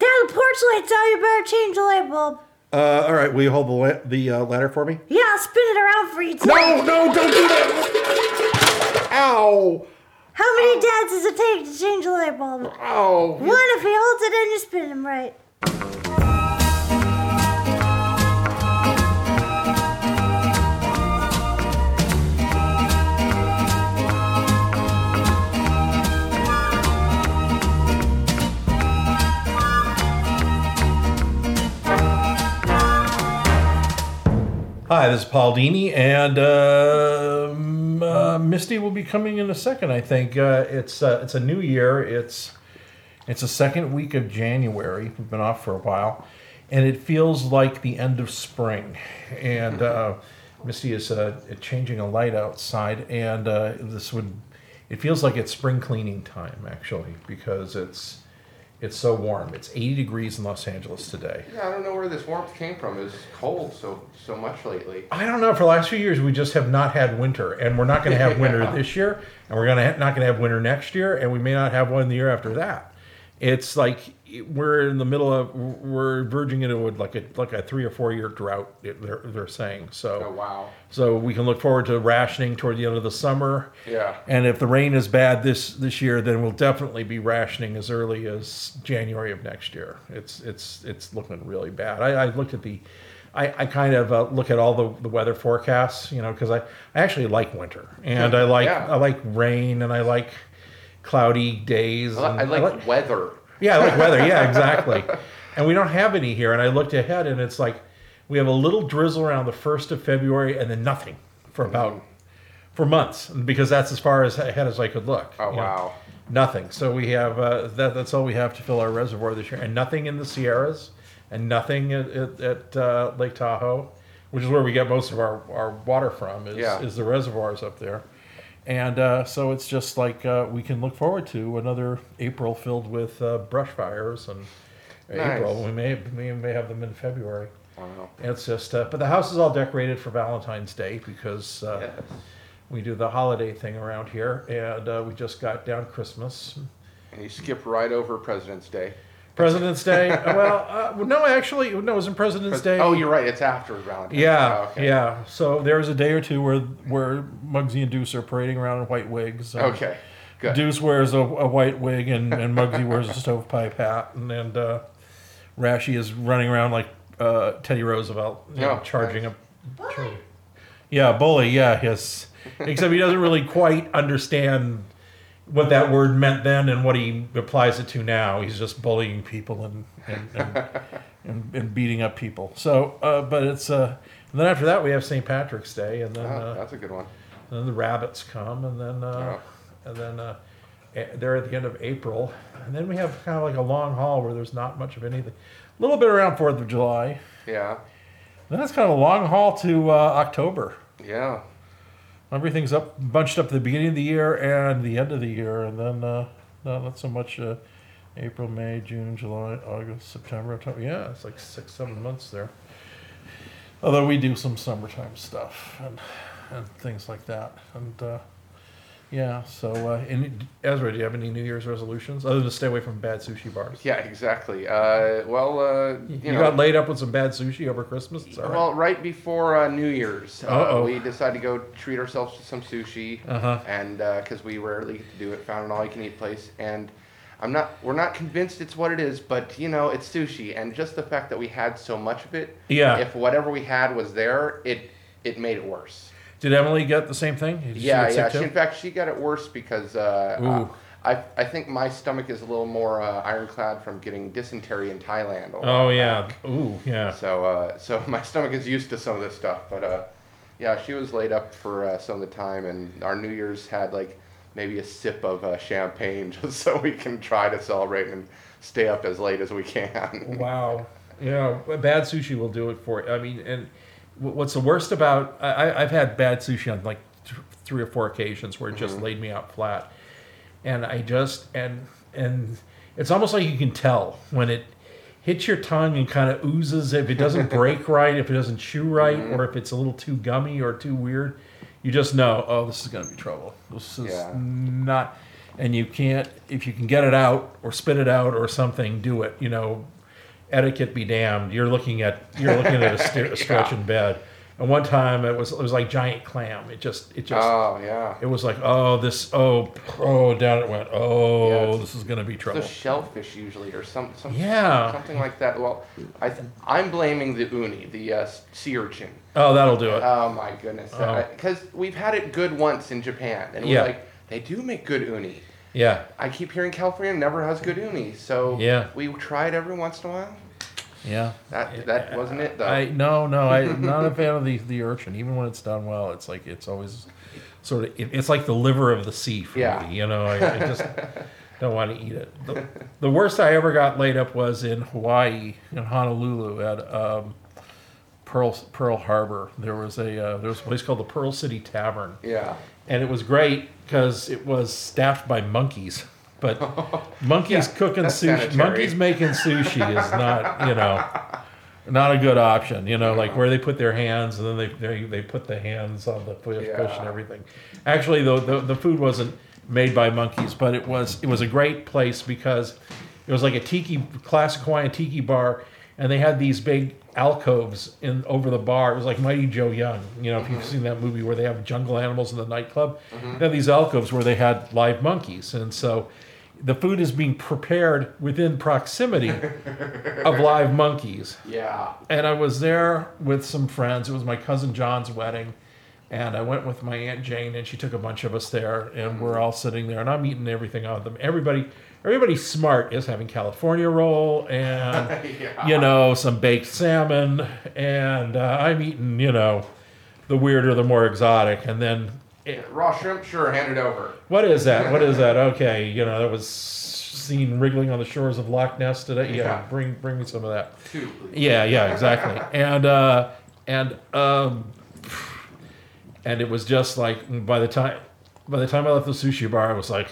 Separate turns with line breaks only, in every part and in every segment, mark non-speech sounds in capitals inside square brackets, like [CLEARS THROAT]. torchlight out. oh, You better change the light bulb.
Uh, all right, will you hold the, la- the uh, ladder for me?
Yeah, I'll spin it around for you. Too.
No, no, don't do that. Ow.
How many dads does it take to change a light bulb? One
Ow.
if he holds it and you spin him right.
Hi, this is Paul Dini, and um, uh, Misty will be coming in a second, I think. Uh, it's, uh, it's a new year. It's, it's the second week of January. We've been off for a while, and it feels like the end of spring. And uh, Misty is uh, changing a light outside, and uh, this would, it feels like it's spring cleaning time, actually, because it's, it's so warm. It's 80 degrees in Los Angeles today.
Yeah, I don't know where this warmth came from. It's cold so so much lately.
I don't know. For the last few years, we just have not had winter, and we're not going to have winter
[LAUGHS] Yeah.
this year, and we're gonna ha- not going to have winter next year, and we may not have one the year after that. It's like it- we're in the middle of we're verging into a- like a like a three or four year drought. it- They're they're saying so.
Oh wow.
So we can look forward to rationing toward the end of the summer.
Yeah.
And if the rain is bad this this year, then we'll definitely be rationing as early as January of next year. It's it's it's looking really bad. I, I looked at the, I, I kind of uh, look at all the, the weather forecasts, you know, because I, I actually like winter and I like
Yeah.
I like rain and I like cloudy days.
I, li- I
and
like weather.
yeah, I like weather. Yeah, exactly. and we don't have any here. And I looked ahead, and it's like we have a little drizzle around the first of February, and then nothing for about for months, because that's as far as ahead as I could look.
Oh
you know.
wow.
Nothing. So we have uh, that. That's all we have to fill our reservoir this year, and nothing in the Sierras, and nothing at, at, at uh, Lake Tahoe, which is where we get most of our, our water from. Is,
Yeah.
is the reservoirs up there, and uh, so it's just like uh, we can look forward to another April filled with uh, brush fires and
Nice.
April. We may we may have them in February.
Wow.
It's just, uh, but the house is all decorated for Valentine's Day because uh,
Yes.
we do the holiday thing around here, and uh, we just got down Christmas.
And you skip right over President's Day.
President's Day. well, uh, well, no, actually, no, it was in President's Day.
Oh, you're right. It's after Valentine's.
yeah,
Oh, okay.
yeah. So there was a day or two where where Muggsy and Deuce are parading around in white wigs. and
Okay. Good.
Deuce wears a, a white wig, and, and Muggsy wears a stovepipe hat, and and uh, Rashi is running around like uh, Teddy Roosevelt, you know,
Oh,
charging up.
Bully.
charging- Yeah, bully. Yeah, yes. Except he doesn't really quite understand what that word meant then and what he applies it to now. He's just bullying people and and, and, and, and beating up people. So, uh, but it's uh, and then after that we have St. Patrick's Day, and then
Oh,
uh,
that's a good one.
and then the rabbits come, and then uh, and then uh, a- they're at the end of April, and then we have kind of like a long haul where there's not much of anything. A little bit around Fourth of July.
Yeah.
Then it's kind of a long haul to uh, October.
Yeah.
Everything's up, bunched up at the beginning of the year and the end of the year, and then uh, no, not so much uh, April, May, June, July, August, September, October. Yeah, it's like six, seven months there. Although we do some summertime stuff and, and things like that, and uh, yeah. So, uh, and Ezra, do you have any New Year's resolutions other than stay away from bad sushi bars?
Yeah. Exactly. Uh, well, uh, you,
You,
know,
got laid up with some bad sushi over Christmas. It's all right.
Well, right before uh, New Year's, uh,
Uh-oh.
we decided to go treat ourselves to some sushi,
Uh-huh.
and because we rarely get to do it, found an all-you-can-eat place, and I'm not, we're not convinced it's what it is, but you know, it's sushi, and just the fact that we had so much of it,
Yeah.
if whatever we had was there, it it made it worse.
Did Emily get the same thing? Did she
yeah,
get sick
yeah.
too?
She, in fact, she got it worse because uh, uh,
Ooh.
I I think my stomach is a little more uh, ironclad from getting dysentery in Thailand. a while
Oh
back.
yeah. Ooh yeah.
So, uh, so [LAUGHS] my stomach is used to some of this stuff, but uh, yeah, she was laid up for uh, some of the time, and our New Year's had like maybe a sip of uh, champagne [LAUGHS] just so we can try to celebrate and stay up as late as
[LAUGHS]
we can.
Wow. Yeah, bad sushi will do it for you. I mean, and wh- what's the worst about I, I- I've had bad sushi on like th- three or four occasions where it just laid me out flat, and I just and and it's almost like you can tell when it hits your tongue and kind of oozes if it doesn't break right, if it doesn't chew right, or if it's a little too gummy or too weird. You just know, oh, this is gonna be trouble. This is
Yeah.
not and you can't if you can get it out or spit it out or something do it you know etiquette be damned. You're looking at you're looking
[LAUGHS]
at a, st- a stretch in bed. And one time it was it was like giant clam. It just it just
Oh yeah.
it was like oh this oh oh down it went
Yeah,
oh
it's-
this is gonna be trouble.
The shellfish usually, or some, some
Yeah.
something like that. Well, I th- I'm blaming the uni, the uh, sea urchin.
oh that'll do it.
Oh my goodness,
Oh.
because we've had it good once in Japan, and
Yeah.
we're like, they do make good uni.
yeah
I keep hearing California never has good uni, so
Yeah.
we try it every once in a while.
yeah.
That that wasn't it though.
I no no
[LAUGHS]
I'm not a fan of the the urchin. Even when it's done well, it's like it's always sort of it, it's like the liver of the sea for
Yeah.
me. You know, I, I
[LAUGHS]
just don't want to eat it. The, the worst I ever got laid up was in Hawaii in Honolulu at um, Pearl Pearl Harbor. There was a uh, there was a place called the Pearl City Tavern,
yeah,
and it was great because it was staffed by monkeys. But
[LAUGHS]
monkeys
Yeah,
cooking
that's
sushi,
sanitary.
monkeys making sushi is not, you know, not a good option. You know, like where they put their hands and then they they, they put the hands on the fish, fish and
Yeah.
everything. Actually, though, the, the food wasn't made by monkeys, but it was it was a great place because it was like a tiki classic Hawaiian tiki bar, and they had these big alcoves in over the bar. It was like Mighty Joe Young. You know, if you've seen that movie where they have jungle animals in the nightclub, they had these alcoves where they had live monkeys, and so. The food is being prepared within proximity of live monkeys
yeah.
and I was there with some friends. It was my cousin John's wedding, and I went with my aunt Jane, and she took a bunch of us there, and we're all sitting there, and I'm eating everything out of them. Everybody, everybody smart is having California roll and
Yeah.
you know some baked salmon, and uh, I'm eating you know the weirder, the more exotic, and then eh,
Raw shrimp, sure, hand it over.
what is that? What is that? Okay, you know that was seen wriggling on the shores of Loch Ness today.
Yeah.
yeah. bring bring me some of that.
Two, please.
Yeah, yeah, exactly. and uh, and um, and it was just like by the time by the time I left the sushi bar, I was like,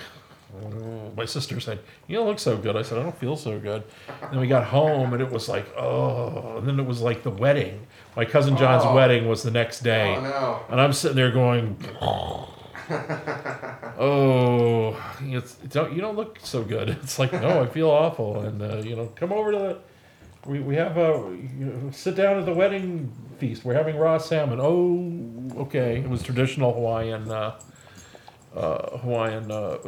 "Oh," my sister said, "You don't look so good." I said, "I don't feel so good." And then we got home, and it was like, oh. And then it was like the wedding. My cousin John's
Oh.
wedding was the next day,
Oh no.
and I'm sitting there going. Oh, it's, don't you don't look so good. [LAUGHS] It's like no, I feel awful, and uh, you know, come over to the we, we have a you know, sit down at the wedding feast. We're having raw salmon. Oh, okay. It was traditional Hawaiian uh, uh, Hawaiian uh,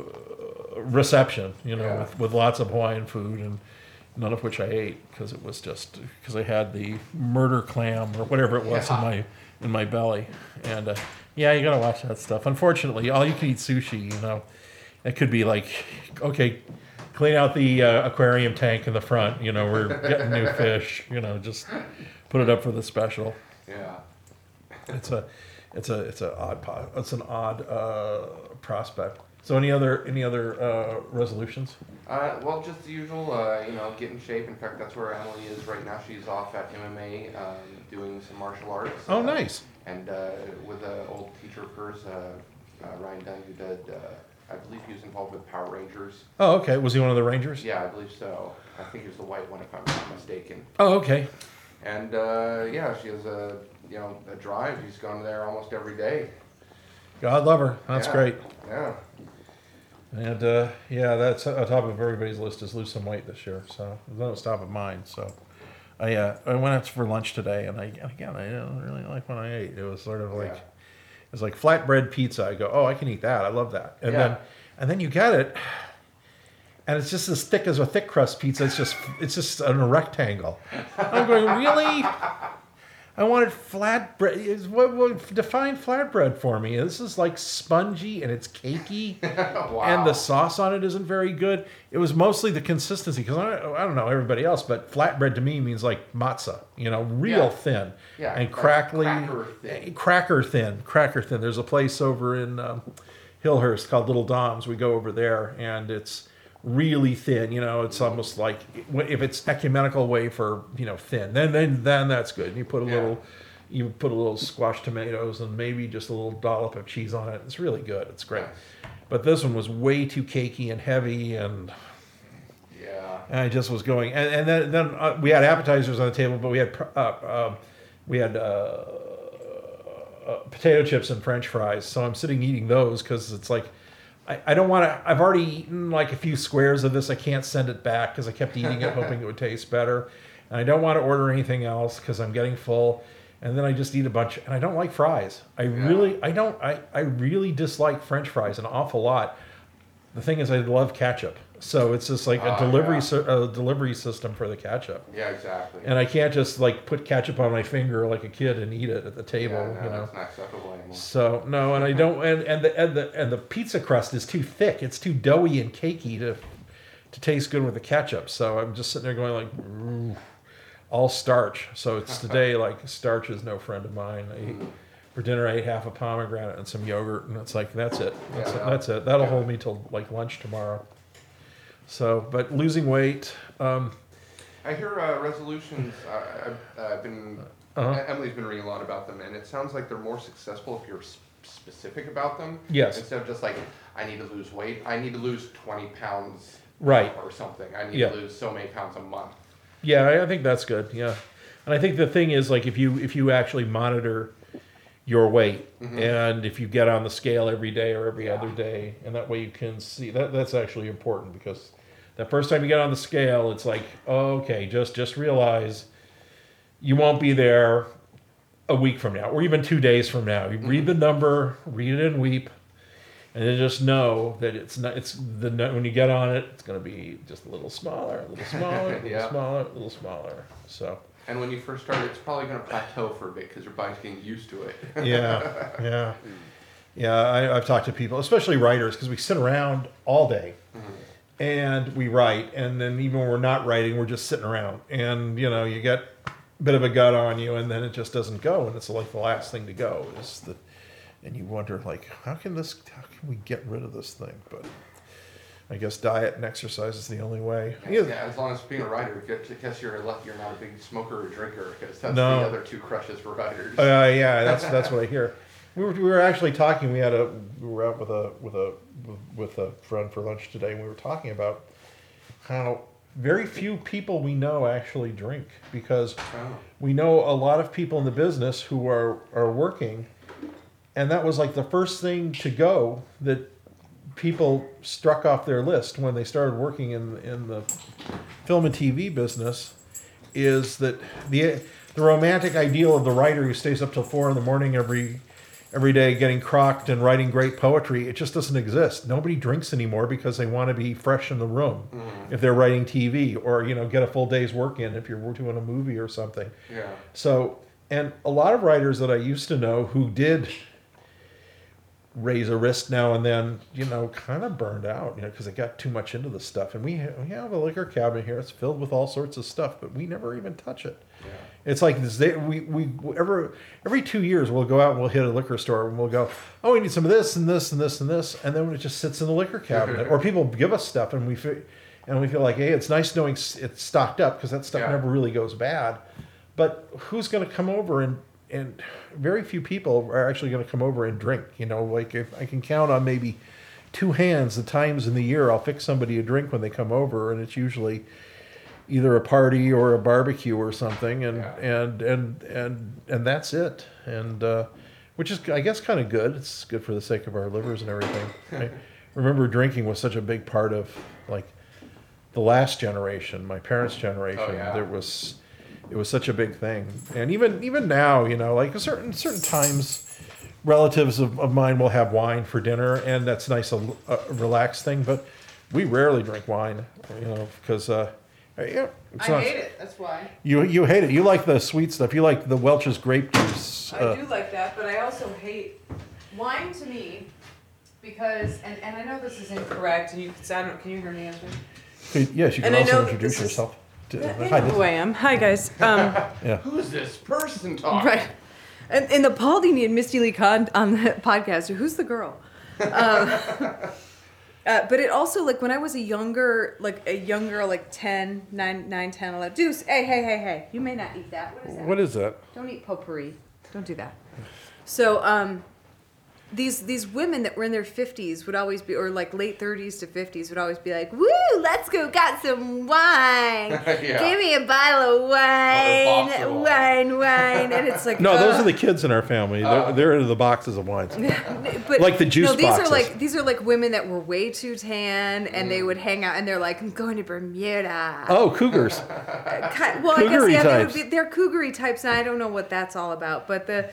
reception, you know,
Yeah.
with, with lots of Hawaiian food and none of which I ate because it was just because I had the murder clam or whatever it was in
Yeah.
my in my belly. And uh, yeah, you gotta watch that stuff. Unfortunately, all you can eat sushi, you know, it could be like okay clean out the uh, aquarium tank in the front. You know, we're getting new fish. You know, just put it up for the special.
Yeah.
It's a, it's a, it's a odd, po- it's an odd uh, prospect. So any other, any other uh, resolutions?
Uh, well, just the usual, uh, you know, get in shape. In fact, that's where Emily is right now. She's off at MMA, um, doing some martial arts.
Oh,
uh,
nice.
And uh, with an old teacher of hers, uh, uh, Ryan Dunn, who did, uh, I believe he was involved with Power Rangers.
Oh, okay. Was he one of the Rangers?
Yeah, I believe so. I think he was the white one, if I'm not mistaken.
Oh, okay.
And uh, yeah, she has a, you know, a drive. She's gone there almost every day.
God love her. That's
Yeah.
great.
Yeah.
And uh, yeah, that's on top of everybody's list is lose some weight this year. So it's on top of mine. So I uh, I went out for lunch today, and I again I didn't really like what I ate. It was sort of like
Yeah.
it was like flatbread pizza. I go, oh, I can eat that. I love that. And
Yeah.
then and then you get it, and it's just as thick as a thick crust pizza. It's just it's just in a rectangle. I'm going really. I wanted flatbread. Is what what define flatbread for me? This is like spongy and it's cakey
wow.
and the sauce on it isn't very good. It was mostly the consistency because I, I don't know everybody else, but flatbread to me means like matzah, you know, real
Yeah.
thin
Yeah,
and
like
crackly, eh,
cracker thin.
cracker thin, cracker thin. There's a place over in um, Hillhurst called Little Dom's. We go over there, and it's really thin. You know, it's almost like if it's ecumenical wafer, you know, thin. Then then then that's good. And you put a
Yeah.
little. You put a little squashed tomatoes and maybe just a little dollop of cheese on it. It's really good. It's great. But this one was way too cakey and heavy, and
yeah.
I just was going. And, and then, then uh, we had appetizers on the table, but we had pr- uh, um, we had uh, uh, potato chips and French fries. So I'm sitting eating those because it's like I, I don't want to. I've already eaten like a few squares of this. I can't send it back because I kept eating it, hoping it would taste better. And I don't want to order anything else because I'm getting full. And then I just eat a bunch. And I don't like fries. I really, I don't, I, I really dislike French fries an awful lot. The thing is, I love ketchup. So it's just like a
Ah,
delivery
yeah.
sy- a delivery system for the ketchup.
Yeah, exactly.
And I can't just like put ketchup on my finger like a kid and eat it at the table,
yeah, no,
you know.
that's not acceptable anymore.
So no, and I don't, and, and the and the and the pizza crust is too thick. It's too doughy and cakey to to taste good with the ketchup. So I'm just sitting there going like, "Ooh, all starch. So
[LAUGHS]
it's today like starch is no friend of mine. I ate, for dinner I ate half a pomegranate and some yogurt, and it's like that's it. That's,
Yeah,
it.
yeah.
that's it. That'll hold me till like lunch tomorrow. So, but losing weight, um,
I hear uh, resolutions. Uh, I've uh, been E-,
Uh-huh.
Emily's been reading a lot about them, and it sounds like they're more successful if you're s- specific about them.
Yes.
Instead of just like, I need to lose weight. I need to lose twenty pounds.
Right.
Or something. I need
Yeah.
to lose so many pounds a month.
Yeah, I, I think that's good. Yeah, and I think the thing is like if you if you actually monitor your weight and if you get on the scale every day or every other day, and that way you can see that that's actually important because that first time you get on the scale, it's like oh, okay, just just realize you won't be there a week from now or even two days from now. You read the number, read it and weep. And then just know that it's not. It's the nu- when you get on it, it's going to be just a little smaller, a little smaller, a little
Yeah.
smaller, a little smaller. So
And when you first start, it's probably going to plateau for a bit because your body's getting used to it.
[LAUGHS] yeah, yeah, yeah. I, I've talked to people, especially writers, because we sit around all day and we write, and then even when we're not writing, we're just sitting around, and you know, you get a bit of a gut on you, and then it just doesn't go, and it's like the last thing to go is the, and you wonder like, how can this, how can we get rid of this thing? But I guess diet and exercise is the only way.
Yeah, as long as being a writer, I guess you're lucky you're not a big smoker or drinker because that's
No.
the other two crushes for writers.
Uh, yeah, that's that's what I hear. We were, we were actually talking. We had a we were out with a with a with a friend for lunch today, and we were talking about how very few people we know actually drink because
Oh.
we know a lot of people in the business who are are working, and that was like the first thing to go that people struck off their list when they started working in in the film and TV business is that the the romantic ideal of the writer who stays up till four in the morning every every day getting crocked and writing great poetry it just doesn't exist nobody drinks anymore because they want to be fresh in the room if they're writing tv or you know get a full day's work in if you're doing a movie or something
Yeah.
so, and a lot of writers that I used to know who did raise a wrist now and then, you know, kind of burned out, you know, because they got too much into this stuff. And we have, we have a liquor cabinet here; it's filled with all sorts of stuff, but we never even touch it.
Yeah.
It's like this, they, we we ever every two years we'll go out and we'll hit a liquor store and we'll go, oh, we need some of this and this and this and this, and then it just sits in the liquor cabinet. or people give us stuff and we feel, and we feel like, hey, it's nice knowing s- it's stocked up because that stuff
Yeah.
never really goes bad. But who's going to come over and and very few people are actually going to come over and drink. You know, like if I can count on maybe two hands the times in the year I'll fix somebody a drink when they come over, and it's usually either a party or a barbecue or something and
Yeah.
and and and and that's it and uh, which is i guess kind of good it's good for the sake of our livers and
[LAUGHS]
everything i remember drinking was such a big part of like the last generation my parents generation
Oh, yeah.
there was it was such a big thing and even even now you know like certain certain times relatives of, of mine will have wine for dinner and that's nice a, a relaxed thing but we rarely drink wine you know because uh yeah, it's
I
not-
hate it. That's why.
you you hate it. You like the sweet stuff. You like the Welch's grape juice. Uh,
I do like that, but I also hate wine to me because, and, and I know this is incorrect, and you can, I don't, can you hear me answering?
could- yes, you can
And I know
also
that
introduce
this is-
yourself. To,
Yeah,
hi,
I know who I am. Hi, guys. [LAUGHS] Um,
Who's this person talking?
right. And, and the Paul Dini and Misty Lee Khan on the podcast, who's the girl? Um, [LAUGHS] uh, but it also, like, when I was a younger, like, a young girl, like 10, 9, 9 10, 11, Deuce, hey, hey, hey, hey, you may not eat that. What is that?
what is that?
Don't eat potpourri. Don't do that. So um, these these women that were in their fifties would always be, or like late thirties to fifties, would always be like, "Woo, let's go, got
[LAUGHS]
some wine.
Yeah.
Give me a bottle of
box
wine,
of
wine, wine." And
[LAUGHS]
it's like,
No, those
ugh.
are the kids in our family. They're,
uh,
they're into the boxes of wines.
But,
like the juice
no, these
boxes. Mm.
are like these are like women that were way too tan, and they would hang out, and they're like, "I'm going to Bermuda."
Oh, cougars.
Ki- well, I guess
Cougary
yeah, they would
types.
be, they're cougary types, and I don't know what that's all about. But the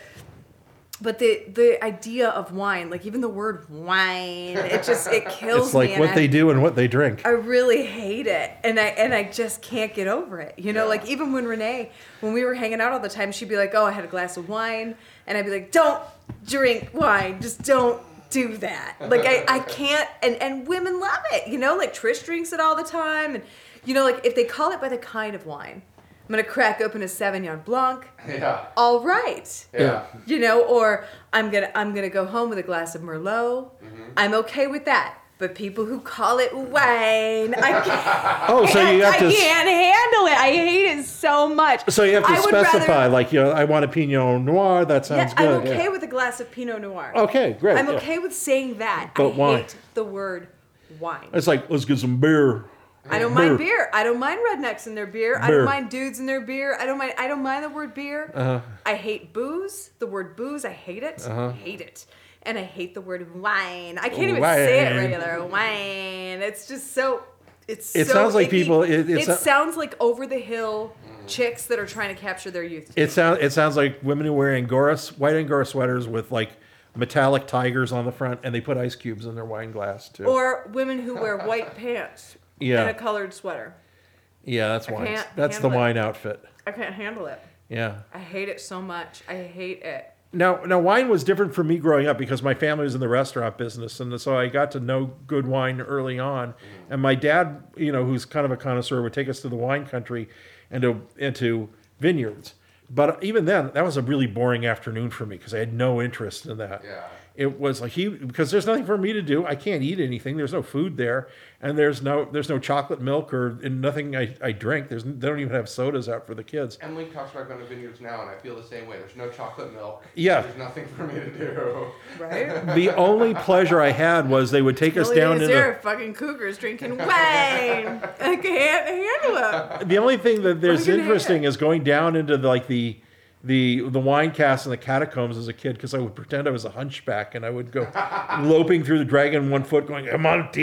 but the the idea of wine, like even the word wine, it just
[LAUGHS]
it kills
It's like
me.
what
and
they
I,
do and what they drink.
I really hate it, and I and I just can't get over it. You know,
Yeah.
like even when Renee, when we were hanging out all the time, she'd be like, "Oh, I had a glass of wine," and I'd be like, "Don't drink wine, just don't." Do that, like I, I can't, and and women love it, you know. Like Trish drinks it all the time, and you know, like if they call it by the kind of wine, I'm gonna crack open a Sauvignon Blanc.
[LAUGHS] Yeah.
All right,
Yeah.
you know or i'm gonna i'm gonna go home with a glass of merlot
Mm-hmm.
i'm okay with that but people who call it wine i can't,
Oh, [LAUGHS] so you have
I
to. s-
can't handle it i hate it so much
So you have to
I would
specify,
rather,
like, you know, I want a Pinot Noir. That sounds
yeah,
good.
i'm okay
yeah.
with a glass of pinot noir
Okay, great.
i'm
yeah.
okay with saying that
But
i
why?
hate the word wine
It's like let's get some beer.
i don't mind beer i don't mind rednecks in their beer i
Beer.
don't mind dudes in their beer i don't mind i don't mind the word beer
Uh-huh.
i hate booze the word booze i hate it I hate it and i hate the word wine i can't even say it
Wine.
regular wine it's just so it's
It
so
sounds like
icky.
people- it-
it
it's a-
sounds like over the hill chicks that are trying to capture their youth
It sounds it sounds like women who wear angora s- white angora sweaters with like metallic tigers on the front, and they put ice cubes in their wine glass too.
or women who wear white [LAUGHS] pants
Yeah.
and a colored sweater
yeah, that's wine.
can't
That's the
handle it.
wine outfit.
i can't handle it
Yeah.
i hate it so much i hate it
Now, now wine was different for me growing up because my family was in the restaurant business, and so I got to know good wine early on. And my dad, you know, who's kind of a connoisseur, would take us to the wine country and to, and to vineyards. But even then, that was a really boring afternoon for me because I had no interest in that.
Yeah.
It was like he because there's nothing for me to do. I can't eat anything. There's no food there, and there's no there's no chocolate milk or and nothing I, I drink. There's they don't even have sodas out for the kids.
Emily talks about going to vineyards now, and I feel the same way. There's no chocolate milk.
Yeah.
There's nothing for me to do.
[LAUGHS]
right
The only pleasure I had was they would take us
Only
down
because
in
there
the
are fucking cougars drinking [LAUGHS] wine. I can't handle it.
the only thing that there's
you gonna
interesting is going down into the, like the the the wine cast and the catacombs as a kid because I would pretend I was a hunchback and I would
[LAUGHS]
go loping through the dragon one foot going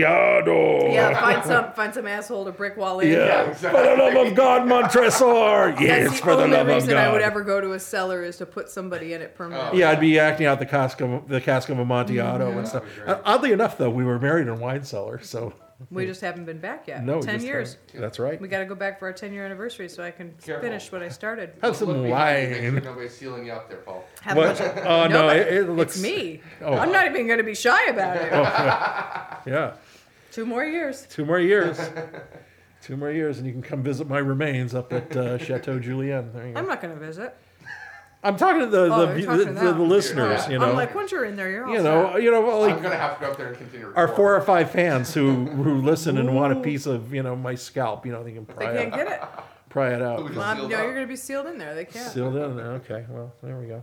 Amontillado.
Yeah, find some find some asshole to brick wall in.
Yeah. For the love of God, Montresor.
[LAUGHS] That's
Yes,
the
for the
only
love of
reason
God.
I would ever go to a cellar is to put somebody in it permanently.
yeah, I'd be acting out the cask of the cask of Amontillado
Mm-hmm.
and stuff.
that'd be great.
Uh, Oddly enough, though, we were married in a wine cellar, so
We just haven't been back yet.
no, we
ten
just
years.
haven't. That's right.
We got to go back for our ten year anniversary so I can
Careful.
finish what I started.
Have some
Look behind you, make
wine. [LAUGHS]
sure nobody's sealing you up there, Paul.
Have
What?
a bunch of-
Oh no,
Nobody-
it, it looks
it's me.
Oh.
I'm not even going to be shy about it.
Yeah.
Two more years.
Two more years. Two more years, and you can come visit my remains up at uh, Chateau Julien. There you go.
I'm
I'm,
not going to visit.
talking to the, the,
Oh, you're
the,
talking
the-
that.
the listeners,
Yeah.
you know,
I'm like, oh, once you're in there, you're all
you know,
set.
you know, well,
I'm
like
gonna have to go up there and continue.
our
recording.
four or five fans who who listen and want a piece of you know my scalp. You know, they can
They
pry,
can't
it,
get
[LAUGHS]
it.
pry it
We
out.
just
Mom,
sealed
no,
up.
you're going to be sealed in there. They can't.
Sealed in. Okay, well, there we go.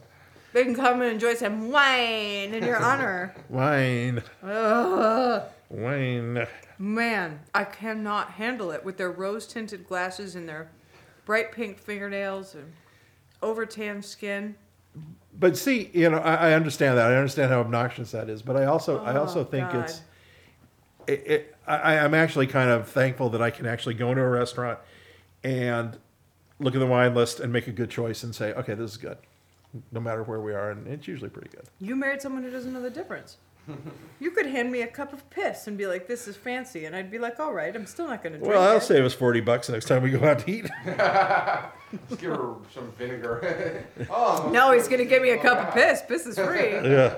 They can come and enjoy some
[LAUGHS]
wine in your honor.
Wine,
Ugh.
wine.
Man, I cannot handle it with their rose tinted glasses and their bright pink fingernails and over tanned skin.
But see, you know, I, I understand that. I understand how obnoxious that is. But I also, I also
Oh,
think
God.
it's. It, it, I, I'm actually kind of thankful that I can actually go into a restaurant and look at the wine list and make a good choice and say, okay, this is good, no matter where we are, and it's usually pretty good.
You married someone who doesn't know the difference. You could hand me a cup of piss and be like, this is fancy. And I'd be like, all right, I'm still not going to drink
Well,
it."
I'll save us forty bucks next time we go out to eat.
Just give her some vinegar. [LAUGHS] oh, I'm
No,
okay.
he's going to give me a cup of piss. Piss
[LAUGHS]
is
[LAUGHS]
free.
yeah,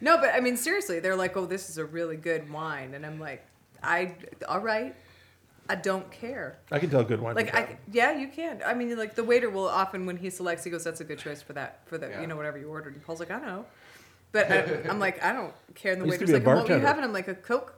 No, but I mean, seriously, they're like, oh, this is a really good wine. And I'm like, I, all right, I don't care.
I can tell good wine.
Like
from
I, yeah, you can. I mean, like the waiter will often, when he selects, he goes, "That's a good choice for that, for the,
Yeah.
you know, whatever you ordered." And Paul's like, "I don't know," but I, I'm like, "I don't care." And the
I used to
waiter's
be a
like, "What were you
bartender.
having?" I'm like, "A Coke."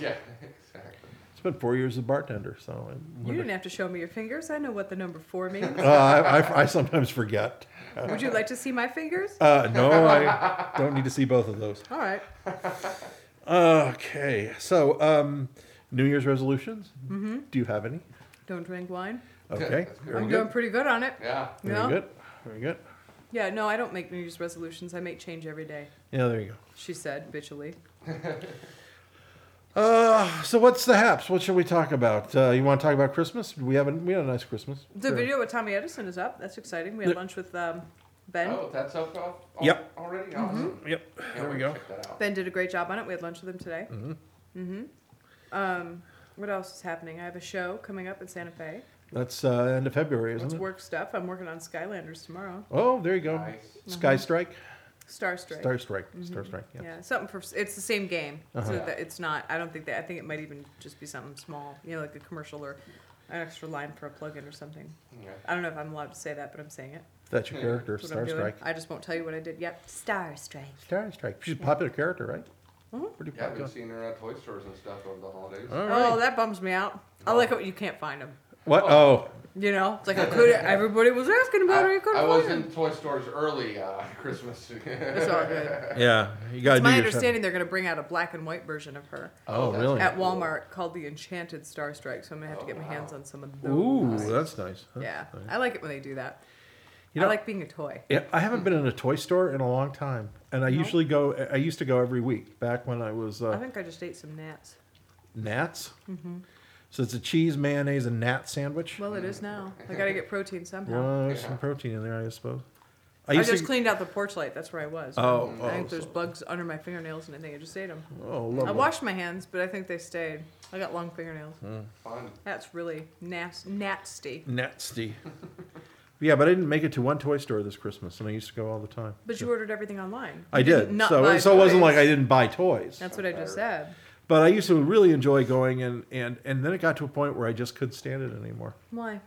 Yeah, exactly.
bad. it's been four years as a bartender, so
You
I,
didn't have to show me your fingers. I know what the number four
[LAUGHS]
means.
uh, I, I, I sometimes forget.
Would you like to see my fingers?
Uh, no, I don't need to see both of those.
All right.
Okay, so um, New Year's resolutions. Mm-hmm. Do you have any?
Don't drink wine.
Okay,
That's good.
very
I'm
good.
doing pretty good on it.
Yeah.
You
Very
know?
good. Very good.
Yeah. No, I don't make New Year's resolutions. I make change every day.
Yeah, there you go.
She said bitchily.
Uh, so what's the haps? What should we talk about? Uh, you want to talk about Christmas? We have a we had a nice Christmas.
The video with Tommy Edison is up. That's exciting. We had lunch with um, Ben.
Oh, that's up uh, al-
Yep. Mm-hmm.
already? Awesome.
Yep.
Yeah,
There we
I'll
go.
check that out.
Ben did a great job on it. We had lunch with him today. Mm-hmm. Mm-hmm. Um, what else is happening? I have a show coming up in Santa Fe.
That's uh, end of February,
It's
isn't it?
work stuff. I'm working on Skylanders tomorrow.
Oh, there you go.
Nice.
Sky Strike.
Star Mm-hmm. Strike.
Star
Mm-hmm.
Strike. Star Strike. Yeah.
Yeah, something for it's the same game. So
Uh-huh.
that it's not. I don't think that. I think it might even just be something small. You know, like a commercial or an extra line for a plug-in or something.
Yeah.
I don't know if I'm allowed to say that, but I'm saying it.
That's your character,
That's what
Star
I'm doing.
Strike.
I just won't tell you what I did yet. Star Strike.
Star Strike.
Mm-hmm.
She's a popular character, right? Pretty
Yeah, I've been
popular.
seeing her at toy stores and stuff over the holidays.
All right. Oh.
Oh, that bums me out. I like it. when You can't find them.
What? Oh,
You know,
[LAUGHS]
it's like I could. Everybody was asking about her. You
I,
couldn't
I
find
was
her.
in toy stores early uh, [LAUGHS] Christmas. [LAUGHS]
It's all good.
yeah. You gotta
It's
do your shopping.
my understanding they're going to bring out a black and white version of her
Oh,
that's
really?
at Walmart called the Enchanted Star Strike. So I'm going to have to get my
Oh,
hands
wow.
on some of those.
Ooh, that's nice. That's
Yeah,
nice.
I like it when they do that.
You know-
I like being a toy.
Yeah, I haven't been in a toy store in a long time, and I usually go. I used to go every week back when I was
I
uh,
think I just ate some gnats.
Nats.
Mm-hmm.
So it's a cheese, mayonnaise, and Nat sandwich.
Well, it is now. I got to get protein somehow.
Well, there's some protein in there, I suppose. I
I
used
just
to.
cleaned out the porch light. That's where I was.
Oh,
Mm, I think
oh,
there's
so-
bugs under my fingernails, and I think I just ate them.
oh,
I
lovely.
washed my hands, but I think they stayed. I got long fingernails.
Fun.
That's really nas- nasty.
nasty. [LAUGHS] yeah, but I didn't make it to one toy store this Christmas, and I used to go all the time.
But you ordered everything online.
I
You didn't
did.
not
So,
buy
so it wasn't like
toys.
I didn't buy toys.
That's what I just said.
But I used to really enjoy going, and, and, and then it got to a point where I just couldn't stand it anymore.
Why?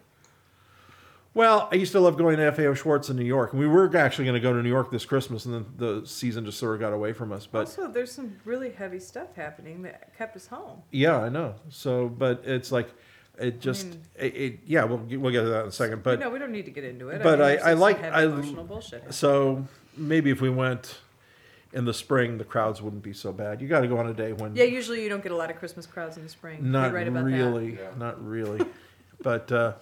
Well, I used to love going to FAO Schwartz in New York, and we were actually going to go to New York this Christmas, and then the season just sort of got away from us. But
Also, there's some really heavy stuff happening that kept us home.
yeah, I know. So, but it's like, it just, it, it- yeah, we'll, get- we'll get to that in a second. But
no, we don't need to get into it.
but I-
there's
I
some
like-
heavy
I-
emotional bullshit.
so maybe if we went in the spring, the crowds wouldn't be so bad. You got to go on a day when
Yeah, usually you don't get a lot of Christmas crowds in the spring.
not
You're right about
really,
Yeah.
not really. but uh,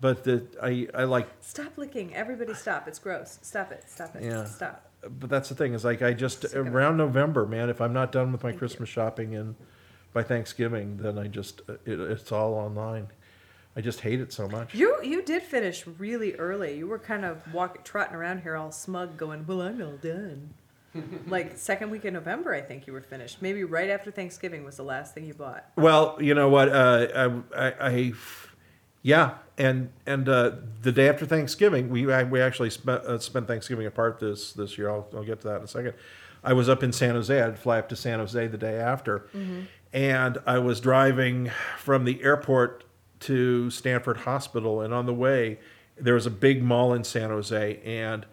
but the, I I like
that. Stop licking. Everybody stop. It's gross. Stop it. Stop it.
Yeah.
Stop.
but that's the thing is like I just
Sick of it.
around November, man. If I'm not done with my Christmas shopping and by Thanksgiving, then I just uh, it, it's all online. I just hate it so much.
You you did finish really early. You were kind of walking trotting around here all smug going, "Well, I'm all
[LAUGHS]
done." like second week in November, I think you were finished. Maybe right after Thanksgiving was the last thing you bought.
Well, you know what? Uh, I, I, I yeah, and and uh, the day after Thanksgiving, we I, we actually spent uh, spent Thanksgiving apart this this year. I'll, I'll get to that in a second. I was up in San Jose. I had to fly up to San Jose the day after, and I was driving from the airport to Stanford Hospital, and on the way there was a big mall in San Jose, and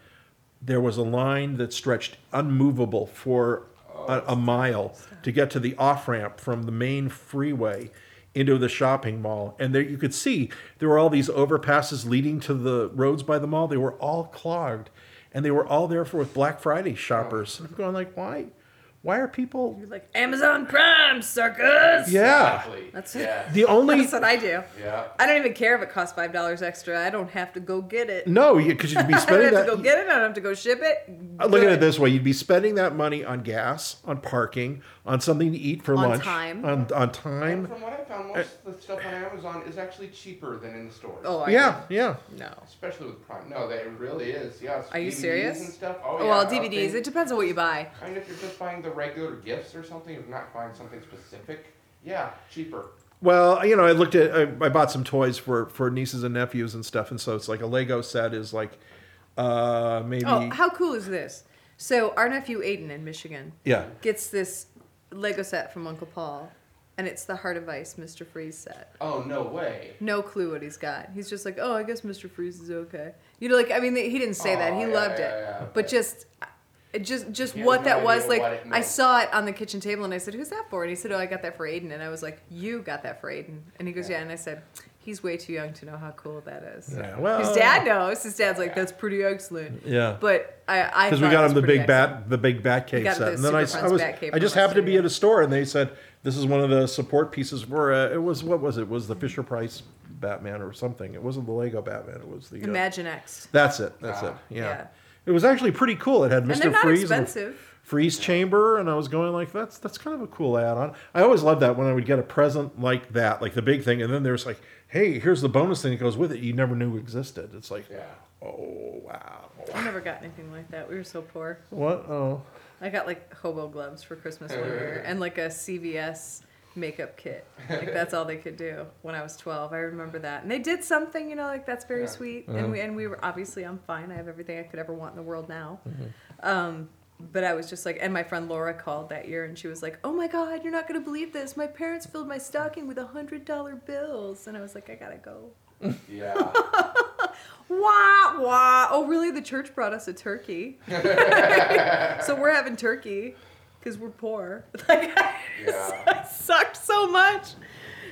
there was a line that stretched unmovable for a, a mile to get to the off ramp from the main freeway into the shopping mall. And there you could see there were all these overpasses leading to the roads by the mall. They were all clogged and they were all there for with Black Friday shoppers. And I'm going like, why? Why are people?
You're like Amazon Prime, suckers.
Yeah.
Exactly.
That's-
yeah.
The only
That's what I do.
Yeah.
I don't even care if it costs five dollars extra. I don't have to go get it.
no, because you'd be
[LAUGHS] I don't
spending
have
that.
to go get it. I don't have to go ship it.
Uh, Look at it
Good.
this way: you'd be spending that money on gas, on parking, on something to eat for
On
lunch,
time.
on on
And
time.
from what I found, most of the stuff on Amazon is actually cheaper than in the stores.
Oh, I
Yeah, yeah.
no.
Especially with Prime. No, they it really is. Yeah. it's
Are you
DVDs
serious?
And stuff. Oh,
well,
yeah,
DVDs. It depends on what you buy.
Kind of if you're just buying the regular gifts or something, if not buying something specific. Yeah, cheaper.
Well, you know, I looked at I, I bought some toys for for nieces and nephews and stuff, and so it's like a Lego set is like uh maybe
Oh, how cool is this? So our nephew Aiden in Michigan
yeah.
gets this Lego set from Uncle Paul, and it's the Heart of Ice Mr. Freeze set.
Oh, no way.
No clue what he's got. He's just like, oh, I guess Mr. Freeze is okay. You know, like I mean, he didn't say that.
Oh, yeah,
He loved
yeah,
it,
yeah, okay.
but just. It just just
He has
what
no
that was
idea
like
what it
I
meant.
saw it on the kitchen table and I said who's that for and he said oh I got that for Aiden and I was like you got that for Aiden and he goes yeah,
Yeah.
and I said he's way too young to know how cool that is
Yeah, well,
his dad knows his dad's like that's pretty excellent
Yeah.
but I I
Because we
thought
got
it was
him the
pretty
big
excellent.
bat, the big bat cave
got the
set, and then I,
Super
s- I
Friends
was,
Bat Cave
I just
from our
happened to be
studio.
at a store, and they said this is one of the support pieces for uh, it was what was it was the Fisher Price Batman or something? It wasn't the Lego Batman. It was the uh,
Imagine X
That's it. That's it.
Ah.
Yeah.
Yeah.
It was actually pretty cool. It had
and
Mr.
they're not
Freeze
expensive
freeze chamber, and I was going like, that's that's kind of a cool add-on. I always loved that when I would get a present like that, like the big thing, and then there's like, hey, here's the bonus thing that goes with it you never knew existed. It's like,
Yeah.
oh wow,
I never got anything like that. We were so poor.
what? Oh,
I got like hobo gloves for Christmas one year and like a CVS makeup kit. Like that's all they could do when I was 12. I remember that. And they did something, you know, like that's very
Yeah.
sweet. And we and we were obviously I'm fine. I have everything I could ever want in the world now. Um but I was just like, and my friend Laura called that year, and she was like, "Oh my God, you're not gonna believe this! My parents filled my stocking with a hundred dollar bills," and I was like, "I gotta go."
Yeah.
Wah wah! Oh, really? The church brought us
[LAUGHS]
a turkey, so we're having turkey because we're poor. [LAUGHS] Like,
Yeah.
[LAUGHS]
Uh,
I sucked so much.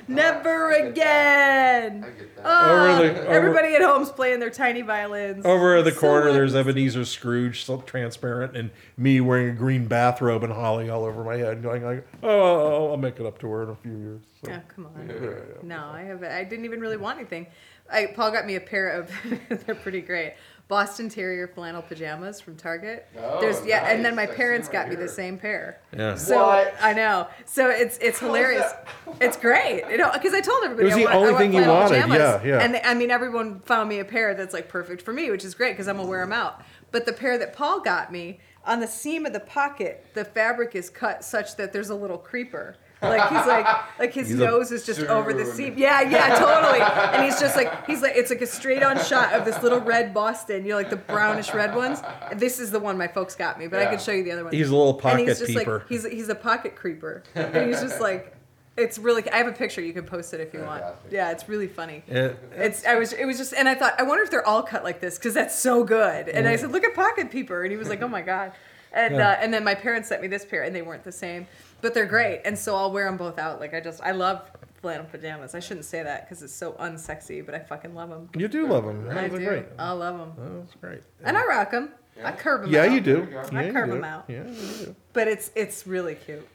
Never
I get
again.
I get that. [LAUGHS]
Ah,
Over the- over-
everybody at home's playing their tiny violins.
Over at the
So
corner, there's
much-
Ebenezer Scrooge, still transparent, and me wearing a green bathrobe and holly all over my head, going like, "Oh, I'll make it up to her in a few years." So,
Oh,
[LAUGHS]
come on. No, I have. I didn't even really want anything. I, Paul got me a pair of. [LAUGHS] they're pretty great. Boston Terrier flannel pajamas from Target.
Oh,
There's yeah, and
nice.
then my
I've seen
parents
them
got me
here.
the same pair.
Yeah.
So
What?
I know. So it's it's hilarious.
that-
It's great. You know, because I told everybody
It was
I
the
want,
only
I want
thing you
flannel
wanted.
Pajamas.
Yeah, yeah.
And they- I mean, everyone found me a pair that's like perfect for me, which is great because I'm gonna wear them out. But the pair that Paul got me on the seam of the pocket, the fabric is cut such that there's a little creeper. Like
[LAUGHS]
he's like like his
He's a-
nose is just over the
Soon.
seam. Yeah, yeah, totally. And he's just like he's like it's like a straight on shot of this little red Boston. You know, like the brownish red ones. This is the one my folks got me, but I
Yeah.
could show you the other one.
He's a little
And
pocket
he's just
peeper.
like he's he's a pocket creeper. And he's just like it's really I have a picture you can post it if you want.
Fantastic.
Yeah, it's really funny.
It-
It's I was it was just and I thought I wonder if they're all cut like this cuz that's so good. And I said look at pocket peeper and he was like oh my god. And
Yeah.
uh, and then my parents sent me this pair and they weren't the same, but they're great. And so I'll wear them both out. Like I just I love flannel pajamas. I shouldn't say that cuz it's so unsexy, but I fucking love them.
you do love him. That
I
was a
do.
great.
I love them.
That was great.
And I rock them. I curb them.
Yeah, you do.
I
Yeah, you
curve
do.
'em out.
Yeah, you do.
But it's it's really cute.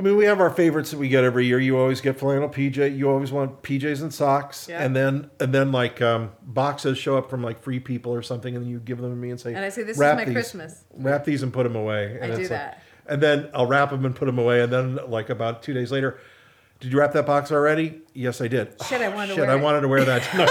I mean, we have our favorites that we get every year. You always get flannel PJ. You always want PJs and socks,
Yeah.
and then and then like um, boxes show up from like free people or something, and you give them to me and say,
And I say, "This is
"Wrap
my
these-
Christmas."
Wrap these and put them away. And
I do
like-
that.
and then I'll wrap them and put them away, and then like about two days later. Did you wrap that box already? Yes, I did.
Shit, I wanted
[SIGHS]
to
Shit,
wear
I
it.
wanted to
[LAUGHS]
wear that. [LAUGHS] No,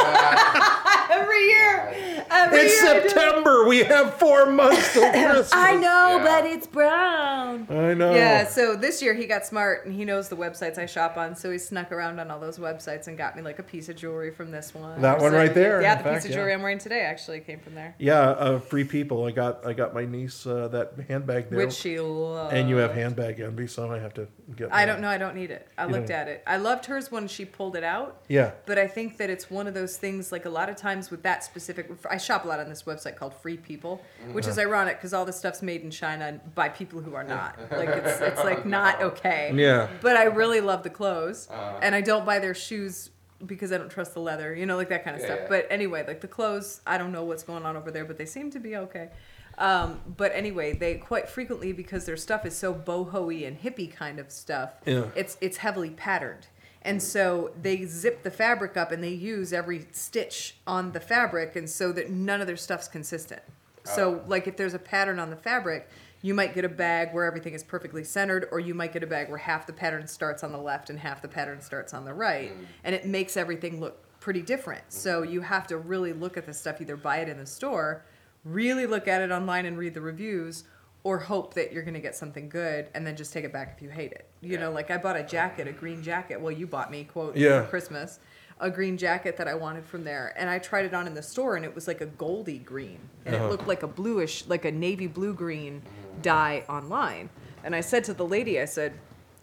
Every year. Every
it's
year. I do.
September. We have four months
[LAUGHS]
till Christmas.
I know,
Yeah.
but it's brown.
I know.
Yeah, so this year he got smart and he knows the websites I shop on, so he snuck around on all those websites and got me like a piece of jewelry from this one.
That
or
one
so-
right there,
Yeah,
in
the
fact,
piece of
yeah.
jewelry I'm wearing today actually came from there,
Yeah, uh, free people. I got I got my niece uh, that handbag there.
which she loved.
and you have handbag envy, so I have to get.
Uh, I don't
mine.
know. I don't need it. I
You
looked
don't-
at it. I loved hers when she pulled it out.
Yeah,
But I think that it's one of those things, like a lot of times with that specific. I shop a lot on this website called Free People, which
Uh-huh.
is ironic because all the stuff's made in China by people who
[LAUGHS]
are not. Like, it's, it's like not okay.
Yeah. Uh-huh.
But I really love the clothes. and I don't buy their shoes because I don't trust the leather, you know, like that kind of
Yeah,
stuff.
yeah.
But anyway, like the clothes, I don't know what's going on over there, but they seem to be okay. Um, but anyway, they quite frequently because their stuff is so boho-y and hippie kind of stuff.
Yeah.
It's it's heavily patterned, and so they zip the fabric up and they use every stitch on the fabric, and so that none of their stuff's consistent. So like if there's a pattern on the fabric, you might get a bag where everything is perfectly centered, or you might get a bag where half the pattern starts on the left and half the pattern starts on the right, and it makes everything look pretty different. So you have to really look at the stuff, either buy it in the store, really look at it online and read the reviews, or hope that you're going to get something good and then just take it back if you hate it. You know, like I bought a jacket, a green jacket. Well, you bought me, quote,
Yeah.
for Christmas, a green jacket that I wanted from there. And I tried it on in the store and it was like a goldy green. And
Uh-huh.
it looked like a bluish, like a navy blue green dye online. And I said to the lady, I said,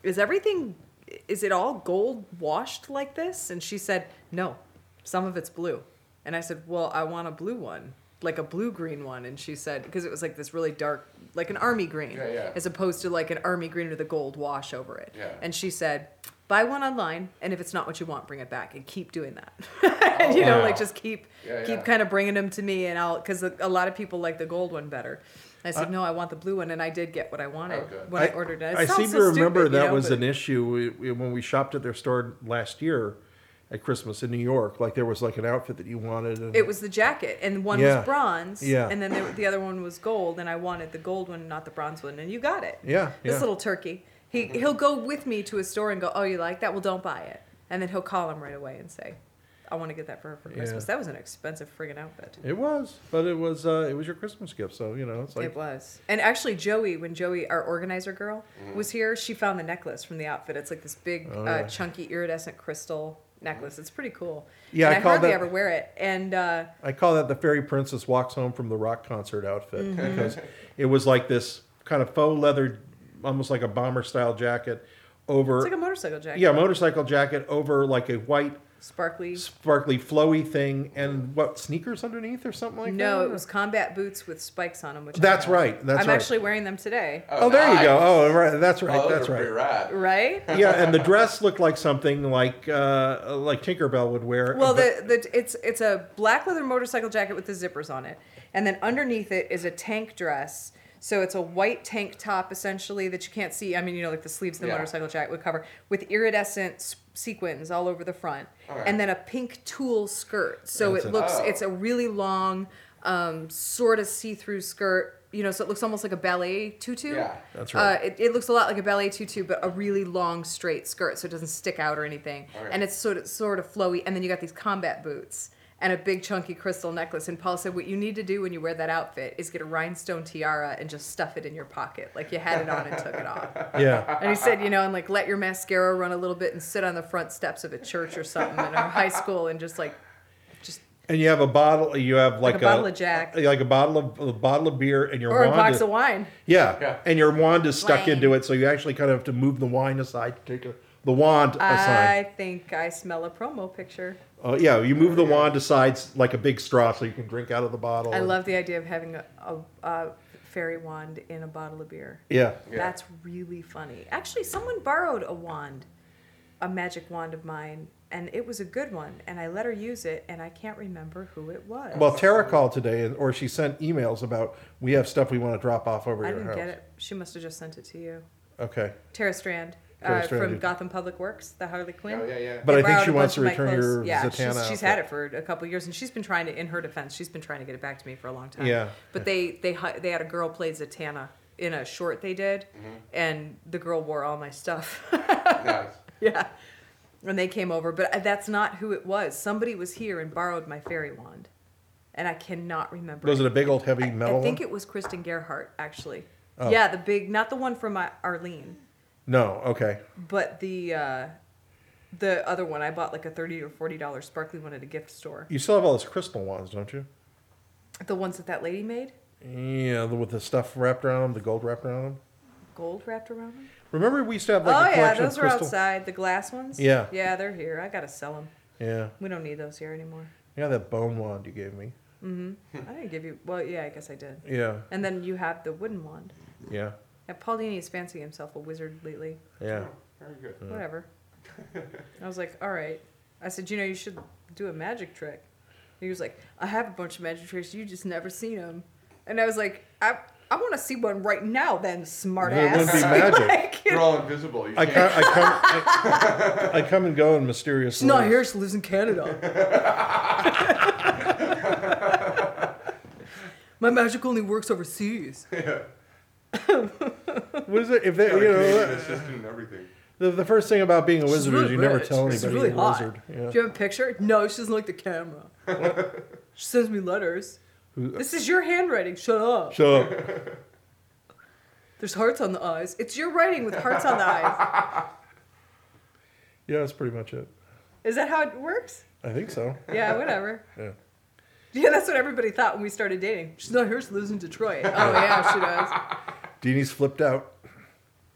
Is everything, is it all gold washed like this? And she said, No, some of it's blue. And I said, Well, I want a blue one, like a blue green one. And she said, Because it was like this really dark, like an army green,
Yeah, yeah.
as opposed to like an army green with a gold wash over it.
Yeah.
And she said, buy one online, and if it's not what you want, bring it back, and keep doing that. [LAUGHS] and, you know,
wow.
like just keep
Oh, Yeah,
keep
yeah.
kind of bringing them to me, and I'll because a, a lot of people like the gold one better. I said, no, I want the blue one, and I did get what I wanted
Uh, Oh, good.
when I, ordered it. it
I
sounds
seem
so
to remember
stupid, you
that
know,
was
but-
an issue we, we- when we shopped at their store last year, at Christmas in New York. Like there was like an outfit that you wanted. And,
It was the jacket, and one
Yeah.
was bronze,
Yeah.
and then the, the other one was gold, and I wanted the gold one, not the bronze one, and you got it.
Yeah,
This
yeah. Mm-hmm.
little turkey, he he'll go with me to a store and go, "Oh, you like that? Well, don't buy it," and then he'll call him right away and say, "I want to get that for her for Christmas." That was an expensive friggin' outfit.
it was, but it was uh, it was your Christmas gift. So you know, it's like
it was. And actually, Joey, when Joey, our organizer girl, was here, she found the necklace from the outfit. It's like this big, uh,
Oh, yeah.
chunky, iridescent crystal necklace. It's pretty cool.
Yeah,
and
I
I,
call
hardly
that-
ever wear it. And uh,
I call that the fairy princess walks home from the rock concert outfit
Mm-hmm.
because it was like this kind of faux leather, almost like a bomber style jacket over
it's like a motorcycle jacket.
yeah motorcycle jacket over like a white
Sparkly.
sparkly flowy thing and what sneakers underneath or something like that.
No, it was combat boots with spikes on them. Which I
That's
have.
right, that's
I'm
right.
actually wearing them today.
Oh, there you go.
nice.
Oh, right. That's right.
Oh, those
that's
are pretty
right.
rad.
Right?
Yeah, and the dress looked like something like uh, like Tinkerbell would wear.
Well,
but-
the, the it's it's a black leather motorcycle jacket with the zippers on it, and then underneath it is a tank dress. So it's a white tank top essentially that you can't see. I mean, you know, like the sleeves of the
Yeah.
motorcycle jacket would cover with iridescent s- sequins all over the front,
Alright.
and then a pink tulle skirt. So
That's
it
it.
looks
Oh.
it's a really long, um, sort of see through skirt. You know, so it looks almost like a ballet tutu.
Yeah.
That's right.
Uh, it, it looks a lot like a ballet tutu, but a really long straight skirt, so it doesn't stick out or anything.
Okay.
And it's sort of sort of flowy. And then you got these combat boots and a big chunky crystal necklace. And Paul said, "What you need to do when you wear that outfit is get a rhinestone tiara and just stuff it in your pocket, like you had it on and took it off."
yeah,
And he said, "You know, and like let your mascara run a little bit and sit on the front steps of a church or something in our high school and just like just
and you have a bottle. You have like,
a bottle of Jack.
like a bottle of a bottle of beer, and your
or a
wand
box
is-
of wine."
Yeah.
Yeah.
and your wand is stuck
Wine.
into it, so you actually kind of have to move the wine aside to take a, the wand aside.
I think I smell a promo picture.
Oh yeah, you move the wand aside s- like a big straw, so you can drink out of the bottle.
I
and-
love the idea of having a, a, a fairy wand in a bottle of beer.
Yeah,
Yeah.
That's really funny. Actually, someone borrowed a wand, a magic wand of mine, and it was a good one, and I let her use it, and I can't remember who it was.
Well, Tara called today, and or she sent emails about we have stuff we want to drop off over
I
your
didn't
house.
get it. She must have just sent it to you.
Okay,
Tara Strand.
Tara
uh,
Strand,
from
who-
Gotham Public Works, the Harley Quinn.
Oh, yeah, yeah.
But
They
I think
borrowed
she
a
wants
bunch
to
of my
return
clothes.
your
yeah,
Zatanna
She's, she's had it for a couple years, and she's been trying to. In her defense, she's been trying to get it back to me for a long time.
Yeah.
But they they hi- they had a girl play Zatanna in a short they did,
Mm-hmm.
and the girl wore all my stuff. [LAUGHS]
Nice.
yeah. And they came over, but I- that's not who it was. Somebody was here and borrowed my fairy wand, and I cannot remember.
was it a big old heavy metal
I think
one? Oh.
it was Kristen Gerhart actually. Yeah, the big, not the one from uh, Arlene.
no, okay,
But the uh, the other one I bought like a thirty or forty dollar sparkly one at a gift store.
you still have all those crystal wands, don't you?
The ones that that lady made,
Yeah, the- with the stuff wrapped around them, the gold wrapped around them.
gold wrapped around them.
Remember, we used to have like a
oh yeah,
collection
those
of
were
crystal.
outside. The glass ones.
Yeah.
Yeah, they're here. I gotta sell them.
Yeah,
We don't need those here anymore.
yeah, that bone wand you gave me.
I didn't give you. Well, yeah, I guess I did.
Yeah,
And then you have the wooden wand.
yeah,
Now, Paul Dini is fancying himself a wizard lately.
yeah.
Very good.
Whatever. I was like, all right. I said, you know, you should do a magic trick. He was like, I have a bunch of magic tricks. You just never seen them. And I was like, I, I want to see one right now, then, smart
Well, it wouldn't be
ass. [LAUGHS]
magic.
You're all invisible. You
I
can't.
come, I come, I, I come and go in mysterious.
She's not
ways.
here. She lives
[LAUGHS]
in Canada. My magic only works overseas.
What is it? If they,
Got a
you
Canadian
know,
assistant and everything.
the, the first thing about being a
She's
wizard is
really
you never
rich.
tell anybody
She's really
you're a
hot.
wizard. Yeah.
Do you have a picture? No, she doesn't like the camera.
[LAUGHS]
she sends me letters.
Who-
This is your handwriting. Shut up.
Shut up.
There's hearts on the eyes. It's your writing with hearts on the eyes.
Yeah, that's pretty much it.
Is that how it works?
I think so.
Yeah, whatever.
Yeah.
Yeah, that's what everybody thought when we started dating. She's not here. She lives in Detroit. Oh yeah, she does.
Deanie's flipped out.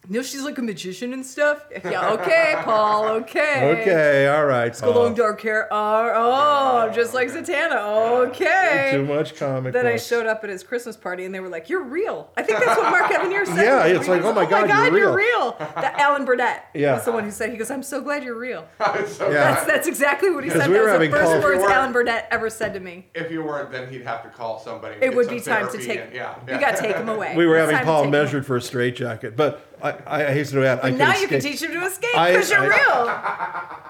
No, she's like a magician and stuff. Yeah. Okay, Paul. Okay.
Okay, all right.
The long
Paul.
dark hair. Oh, oh just like Zatanna. Okay.
Too much comic.
Then I
books.
showed up at his Christmas party and they were like, "You're real." I think that's what Mark Evanier said.
Yeah, it's like, "Oh my God, you're
you're
real."
real." The Alan Burnett
Yeah.
was the one who said. He goes, "I'm so glad you're real." That's
Yeah.
that's exactly what he
Because
said.
we
that
were
was the
having
first
calls-
words
If you
Alan Burnett ever said to me.
If you weren't, then he'd have to call somebody. and
It
get
would
some
be time to
therapy
take.
and- yeah,
You
yeah. [LAUGHS]
got to take him
[LAUGHS]
away.
We were
It's
having
time to
Paul
take him-
measured for a straitjacket, but I, I, I hasten to add, I
Now
could
you can
escape.
teach him to escape
I- [LAUGHS]
because you're
I-
real.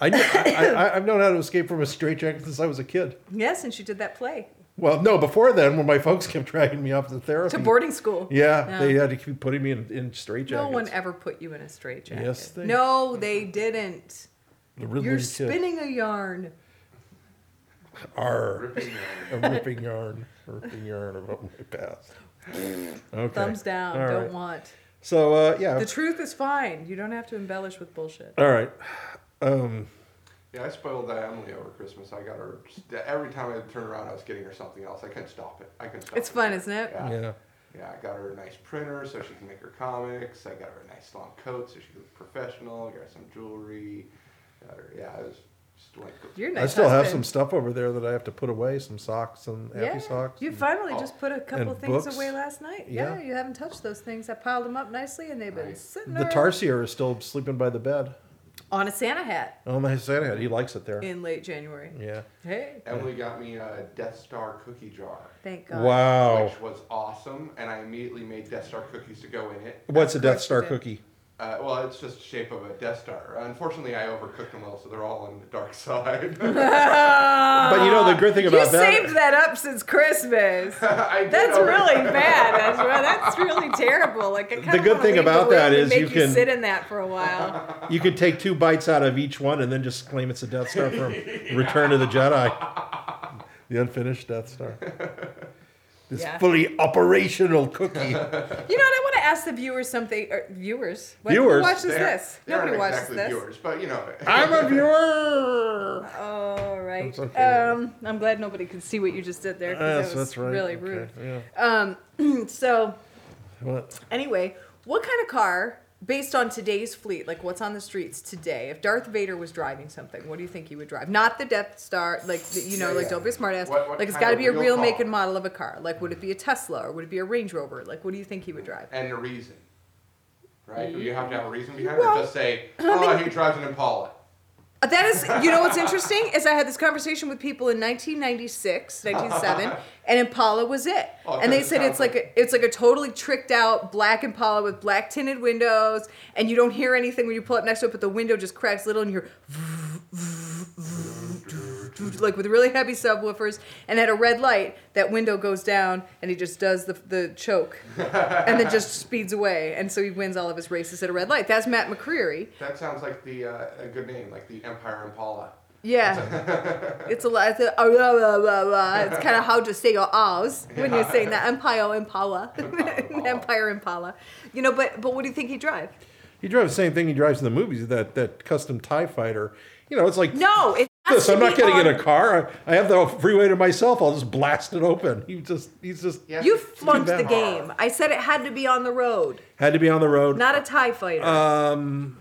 I, knew- I, I, I've known how to escape from a straitjacket since I was a kid.
Yes, and she did that play
Well, no, before then, when my folks kept dragging me off to therapy.
to boarding school.
Yeah,
Yeah.
they had to keep putting me in, in straitjackets.
No one ever put you in a straitjacket.
Yes, they-
No, they didn't.
The Riddler
You're
kid.
spinning a yarn.
Arr. a ripping yarn, a ripping yarn about my past. Okay.
Thumbs down.
All
don't
right.
want.
So uh, yeah.
The truth is fine. You don't have to embellish with bullshit.
All right. Um,
Yeah, I spoiled that Emily over Christmas. I got her every time I turned around, I was getting her something else. I couldn't stop it. I couldn't stop
It's
it.
fun, isn't it?
Yeah.
yeah.
Yeah, I got her a nice printer so she can make her comics. I got her a nice long coat so she could look professional. I got her some jewelry. Got her, yeah, I was just like,
You're a nice.
I still have some
husband.
stuff over there that I have to put away, some socks and happy
yeah.
socks.
You
and-
finally just put a couple
and
things
books.
away last night. Yeah.
Yeah.
you haven't touched those things. I piled them up nicely, and they've been
Nice.
sitting
the
there
tarsier is still sleeping by the bed.
on a Santa hat
Oh my Santa hat. He likes it there.
in late January.
yeah.
Hey,
Emily got me a Death Star cookie jar,
thank God. [LAUGHS]
Wow.
which was awesome, and I immediately made Death Star cookies to go in it.
What's a
Of
Death
course
Star
you did.
cookie?
Uh, well, it's just the shape of a Death Star. Unfortunately, I overcooked them all, so they're all on the dark [LAUGHS]
[LAUGHS]
side.
But you know the good thing
You
about that.
saved that up
[LAUGHS]
since Christmas.
I did
That's
over-
really bad. That's, re- that's really terrible. Like I kinda
The good
wanna
thing
leave
about
the room
that
and
is
make
you
you
can-
sit in that for a while.
You could take two bites out of each one and then just claim it's a Death Star from Return of the Jedi. The unfinished Death Star. This
Yeah.
fully operational cookie.
You know what? I want to ask the viewers something. Or viewers. What,
Viewers.
Who watches
They aren't-
this?
they aren't
Nobody watches
exactly
this.
viewers, but you know.
I'm a viewer.
All right.
It's okay.
Um, I'm glad nobody could see what you just did there. 'cause
Yes,
that was
that's right.
Really
Okay,
rude.
Yeah.
Um, [CLEARS THROAT] so
What?
anyway, what kind of car, based on today's fleet, like what's on the streets today, if Darth Vader was driving something, what do you think he would drive? Not the Death Star, like the- you know,
Yeah,
like
yeah.
don't be a smartass.
What- what
like it's
kind
got to
of
be a
real
real
car?
make and model of a car. Like would it be a Tesla or would it be a Range Rover? Like what do you think he would drive?
and the reason, right? You have to have a reason behind
Well,
it. Just say, oh, he drives an Impala.
Uh, That is, you know what's interesting is I had this conversation with people in 1996,
[LAUGHS]
1997, and Impala was it.
Oh,
and they
'cause it
said it's
sounds
like a, it's like a totally tricked out black Impala with black tinted windows, and you don't hear anything when you pull up next to it, but the window just cracks little, and you're [LAUGHS] like with really heavy subwoofers, and at a red light, that window goes down, and he just does the the choke, and
[LAUGHS]
then just speeds away, and so he wins all of his races at a red light. That's Matt McCreary.
That sounds like the uh, a good name, like the Empire Impala.
Yeah,
[LAUGHS]
it's a lot. It's, a, uh, blah, blah, blah, blah. it's kind of hard to say your R's when you're
[LAUGHS]
saying that Empire Impala, [LAUGHS] Empire Impala. You know, but but what do you think he drive?
He drives the same thing he drives in the movies. That that custom Tie Fighter. You know, it's like
No, it has
This,
to
I'm not
be
getting in
on-
a car. I, I have the freeway to myself. I'll just blast it open. He just he's just
Yeah.
You
Too
flunked
bad.
the game. I said it had to be on the road,
had to be on the road.
not a Tie Fighter.
Um,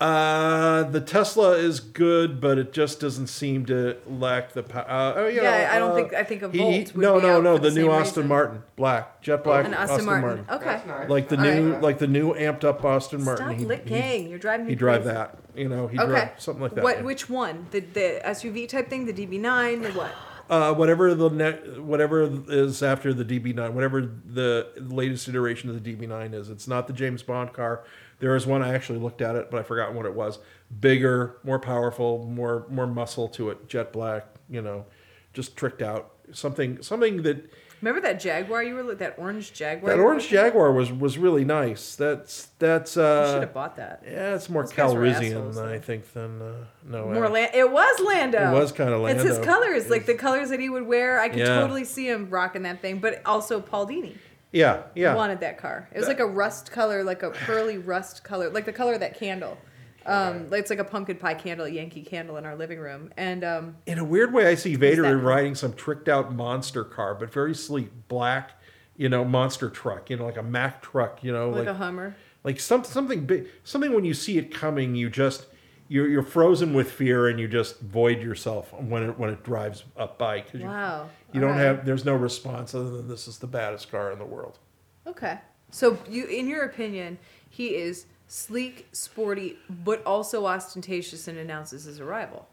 uh, the Tesla is good, but it just doesn't seem to lack the power. Uh, oh, you
Yeah,
know,
I don't
uh,
think- I think a
he-
Volt would
no,
be
no,
out
no.
for the
The, new
same
Austin
reason.
Martin, black, jet black,
An Austin, Martin. Okay.
That's nice.
Like the
All
new,
right.
like the new amped up Austin
Stop
Martin. He-
licking.
He,
You're driving me
he drive
crazy.
that, you know. He
Okay.
drive something like that.
What?
yeah.
Which one? The the SUV type thing? The DB9? The what?
uh, whatever the ne- whatever is after the DB9, whatever the latest iteration of the DB9 is. It's not the James Bond car. There is one I actually looked at it, but I forgot what it was. Bigger, more powerful, more more muscle to it. Jet black, you know, just tricked out. Something something that
Remember that Jaguar you were li- that orange Jaguar?
that
you were
orange
looking at?
Jaguar was was really nice. That's that's
You should
uh
have bought that.
yeah, it's more
Those guys were
Calrissian
assholes,
than I
though.
think than uh, no
More
uh,
Lan- it was Lando.
It was kinda
It's his
Lando.
colors, like the colors that he would wear. I could
Yeah.
totally see him rocking that thing. But also, Paul Dini
yeah yeah
wanted that car. It was like a rust color, like a pearly rust color, like the color of that candle. Um, it's like a pumpkin pie candle, a Yankee candle in our living room. And um,
in a weird way, I see Vader
that?
riding some tricked out monster car, but very sleek, black, you know, monster truck, you know, like a Mack truck, you know,
like,
like
a Hummer.
like some, something big, something when you see it coming, you just you're, you're frozen with fear and you just void yourself when it when it drives up by because
Wow.
you, you don't
Alright.
have there's no response other than this is the baddest car in the world.
Okay. So you, in your opinion, he is sleek, sporty, but also ostentatious, and announces his arrival.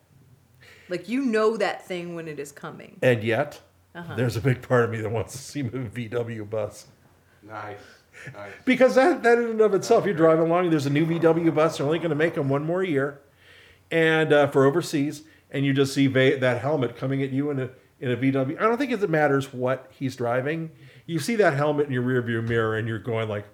Like you know that thing when it is coming.
And yet,
Uh-huh.
there's a big part of me that wants to see him in a VW bus.
nice, nice.
Because that, that in and of itself, you're driving along, there's a new VW bus, they're only going to make them one more year. and uh, for overseas, and you just see va- that helmet coming at you in a in a VW. I don't think it matters what he's driving. You see that helmet in your rearview mirror, and you're going like,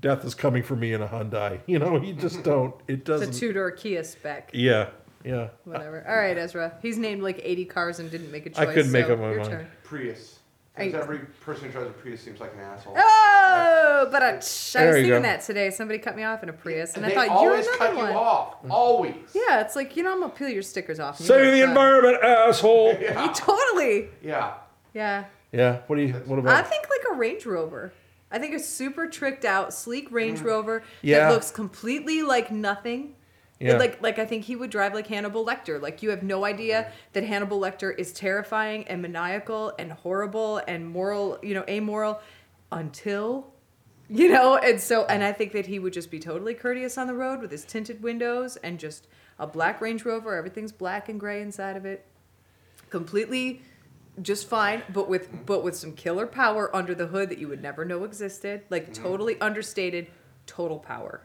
"Death is coming for me in a Hyundai." [LAUGHS] You know, you just don't. It doesn't.
It's a two door Kia spec.
yeah, yeah.
Whatever. All right, Ezra. He's named like 80 cars and didn't make a choice.
I couldn't make
so
up my
your
mind.
turn.
Prius.
I-
Because every person who drives a Prius seems like an asshole.
Oh, but I, I was
There you
thinking
go.
that today. Somebody cut me off in a Prius, and
they
I thought you're
always
another
cut
one.
you off. Always.
Yeah, it's like you know I'm gonna peel your stickers off. and you
Save
guys
the
got-
environment,
[LAUGHS]
asshole.
You totally.
Yeah.
Yeah.
Yeah. What do you? What
I
about?
think like a Range Rover. I think a super tricked out, sleek
Mm.
Range Rover
Yeah.
that looks completely like nothing.
Yeah.
Like like I think he would drive like Hannibal Lecter. Like you have no idea that Hannibal Lecter is terrifying and maniacal and horrible and moral, you know, amoral until you know, and so and I think that he would just be totally courteous on the road with his tinted windows and just a black Range Rover, everything's black and gray inside of it completely just fine but with but with some killer power under the hood that you would never know existed
Mm.
like totally understated total power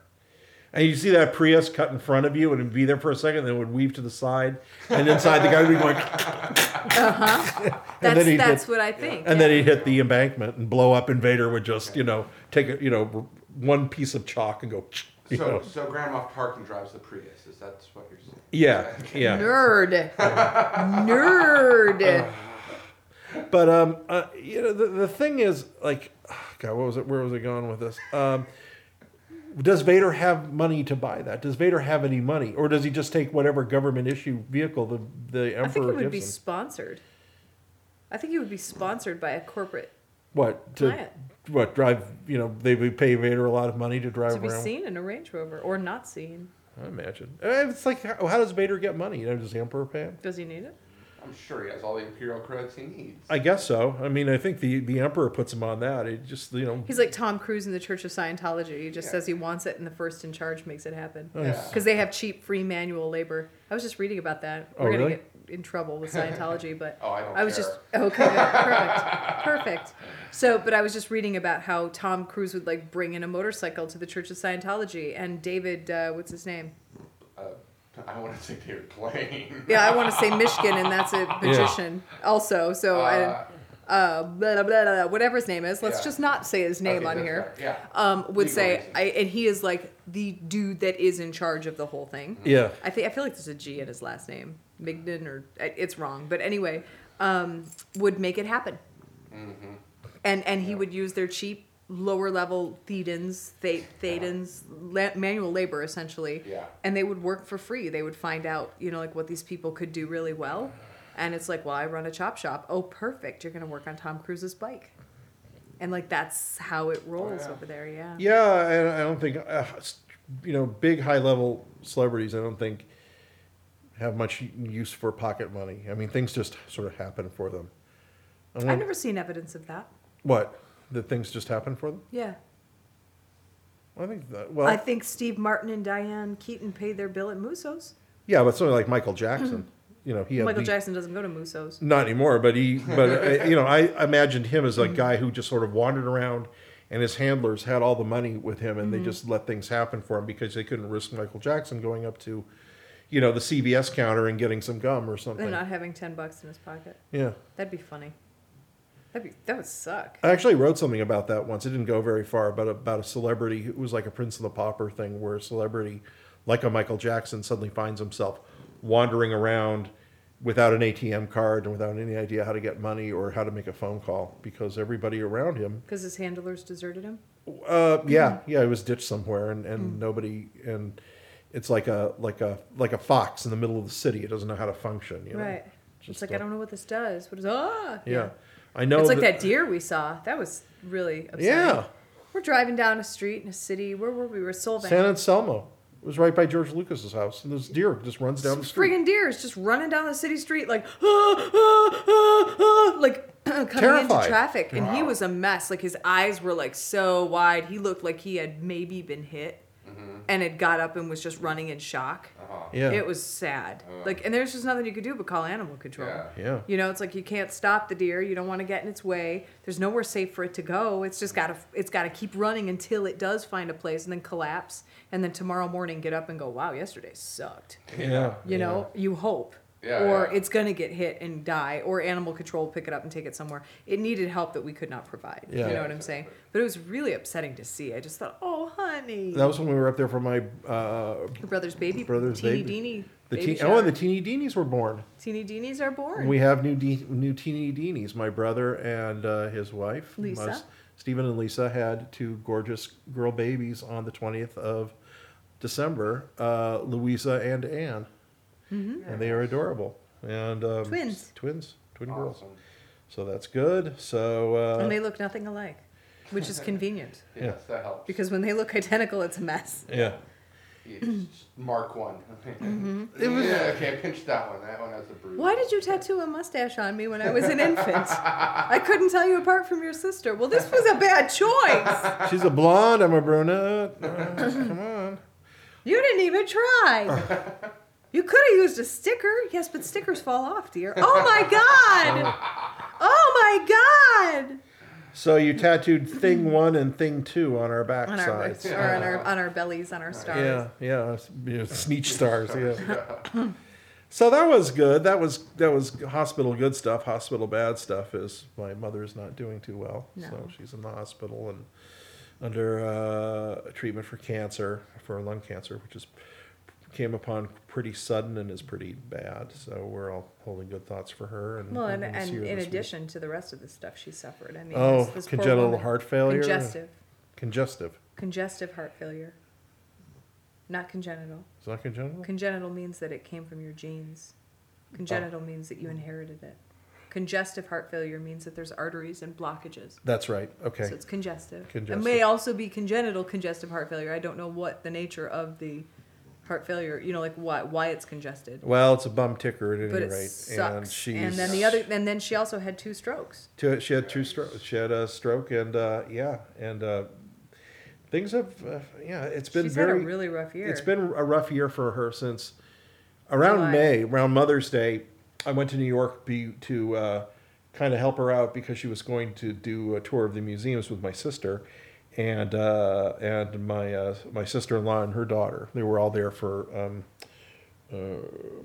And you see that Prius cut in front of you, and it'd be there for a second, then it would weave to the side, and inside the guy would be going, And
that's
then he
that's
did-
what i think
and then he'd hit the embankment and blow up, and Vader would just, you know, take a, you know, one piece of chalk and go. [LAUGHS] You
So,
know.
so Grandma Parkin drives the Prius. Is that what you're saying?
Yeah, yeah.
nerd
Uh,
nerd
But um, uh, you know, the, the thing is, like, [SIGHS] God, what was it? Where was it going with this? Um, does Vader have money to buy that? Does Vader have any money, or does he just take whatever government issue vehicle the the Emperor
i think it would
gives
be
him?
sponsored i think it would be sponsored by a corporate
What to
Client.
what drive? You know, they would pay Vader a lot of money to drive
to be
around.
seen in a range rover or not seen
I imagine Eh, it's like how, how does Vader get money? You know, does the Emperor pay him?
does he need it
I'm sure he has all the imperial credits he needs.
I guess so. I mean, I think the the Emperor puts him on that. It just you know,
he's like tom cruise in the church of scientology he just
Yeah.
says he wants it and the first in charge makes it happen
oh,
Yeah.
because they have cheap free manual labor. I was just reading about that.
Oh,
We're gonna
really?
get in trouble with Scientology, but
[LAUGHS] Oh, I don't
was
care.
just [LAUGHS] okay, perfect, perfect. So, but I was just reading about how Tom Cruise would like bring in a motorcycle to the Church of Scientology, and David, uh, what's his name?
Uh, I want to say they were
[LAUGHS]
playing.
Yeah, I want to say Michigan, and that's a magician also. So,
Uh,
I, uh, blah, blah, blah, blah, whatever his name is, let's
Yeah.
just not say his name
okay,
on
that's
here.
right. Yeah.
um, would
Legal
say,
reasons.
I, and he is like the dude that is in charge of the whole thing.
Yeah.
I think I feel like there's a G in his last name, Migden, or I- it's wrong, but anyway, um, would make it happen.
Mm-hmm.
And and he would use their cheap lower level Thedans, the- Thedans, la- manual labor essentially.
Yeah.
And they would work for free. They would find out, you know, like what these people could do really well. And it's like, well, I run a chop shop. Oh, perfect. You're gonna work on Tom Cruise's bike. And like that's how it rolls
Oh, yeah.
over there, yeah.
yeah. I, I don't think uh, s- you know big high level celebrities. I don't think have much use for pocket money. I mean, things just sort of happen for them. I
I've
wonder-
never seen evidence of that.
what that things just happen for them.
Yeah.
I think that well,
I think Steve Martin and Diane Keaton paid their bill at Musso's.
yeah, but something like Michael
[CLEARS THROAT]
Jackson. You know, he had
Michael
the-
Jackson doesn't go to Musso's.
not anymore but he but
[LAUGHS]
uh, you know i imagined him as a
Mm-hmm.
guy who just sort of wandered around and his handlers had all the money with him and
Mm-hmm.
they just let things happen for him because they couldn't risk michael jackson going up to you know the cvs counter and getting some gum or something
They're not having ten bucks in his pocket.
yeah
That'd be funny. That'd be that would suck.
i actually wrote something about that once it didn't go very far but about a celebrity it was like a prince of the pauper thing where a celebrity like a michael jackson suddenly finds himself wandering around without an atm card and without any idea how to get money or how to make a phone call because everybody around him
Because his handlers deserted him.
Uh, yeah,
Mm-hmm.
yeah, it was ditched somewhere, and,
Mm.
and nobody, and it's like a like a like a fox in the middle of the city. It doesn't know how to function. You know?
right. It's
just
like
a-
I don't know what this does. What is ah?
Yeah, I know.
It's like that deer we saw. That was really upsetting.
Yeah,
We're driving down a street in a city. Where were we? We were Solvang.
San Anselmo It was right by George Lucas's house, and this deer just runs down the street.
friggin' deer is just running down the city street like ah, ah, ah, ah, like [CLEARS THROAT] coming
Terrified.
into traffic and he was a mess like his eyes were like so wide he looked like he had maybe been hit and had got up and was just running in shock.
Yeah.
It was sad. Like, and there's just nothing you could do but call animal control.
Yeah.
yeah.
You know, it's like you can't stop the deer. You don't want to get in its way. There's nowhere safe for it to go. It's just gotta it's gotta keep running until it does find a place and then collapse. And then tomorrow morning get up and go, Wow, yesterday sucked.
Yeah.
You know, you hope.
Yeah,
or
yeah.
it's gonna get hit and die, or animal control will pick it up and take it somewhere. It needed help that we could not provide.
Yeah.
You know what I'm saying? But it was really upsetting to see. I just thought, oh honey,
That was when we were up there for my uh,
your brother's baby,
brother's
teeny
baby.
deeny,
the
baby
teen, oh, and the
shower.
teeny deenies were born.
teeny deenies are born.
We have new de- new teeny deenies. My brother and uh, his wife,
Lisa.
Mus- Stephen and Lisa, had two gorgeous girl babies on the twentieth of December, uh, Louisa and Anne,
Mm-hmm.
and they are adorable. And um,
Twins.
twins, twin girls.
Awesome.
So that's good. So uh,
and they look nothing alike, which
[LAUGHS]
is convenient
Yes, that helps.
because when they look identical, it's a mess.
yeah,
You just Mark one. [LAUGHS]
Mm-hmm.
yeah, okay, pinch that one. That one has a bruise.
Why did you tattoo a mustache on me when I was an infant? I couldn't tell you apart from your sister. Well, this was a bad choice.
she's a blonde. I'm a brunette. Uh, come on.
You didn't even [LAUGHS] try. You could have used a sticker. Yes, but stickers fall off, dear. Oh my god! Oh my god!
So you tattooed thing one and thing two on our
On our,
backsides.
or on our on our bellies, on our stars.
Yeah, yeah, s- you know, sneech stars. Yeah. so that was good. That was that was hospital good stuff. Hospital bad stuff is my mother's not doing too well, so
No.
she's in the hospital and under uh, treatment for cancer for lung cancer, which is came upon pretty sudden and is pretty bad. So we're all holding good thoughts for her. And
Well, and,
hoping to
and
see her
in
this week.
addition to the rest of the stuff she suffered, I mean,
Oh,
this, this poor
congenital
woman-
heart failure?
congestive,
congestive.
congestive heart failure, not congenital.
Is that congenital?
Congenital means that it came from your genes. Congenital means that you inherited it. Congestive heart failure means that there's arteries and blockages.
That's right. Okay.
So it's congestive. It
Congestive.
may also be congenital congestive heart failure. I don't know what the nature of the heart failure, you know, like why why it's congested.
Well, it's a bum ticker at any
But it
rate, and
sucks.
she's
And, then the other and then she also had two strokes.
Two, she had two strokes. She had a stroke, and uh, yeah, and uh, things have uh, yeah. It's been
She's
very
had a really rough year.
It's been a rough year for her since around
July.
May, around Mother's Day. I went to New York be, to uh, kind of help her out because she was going to do a tour of the museums with my sister, and uh, and my uh, my sister in law and her daughter. They were all there for um, uh,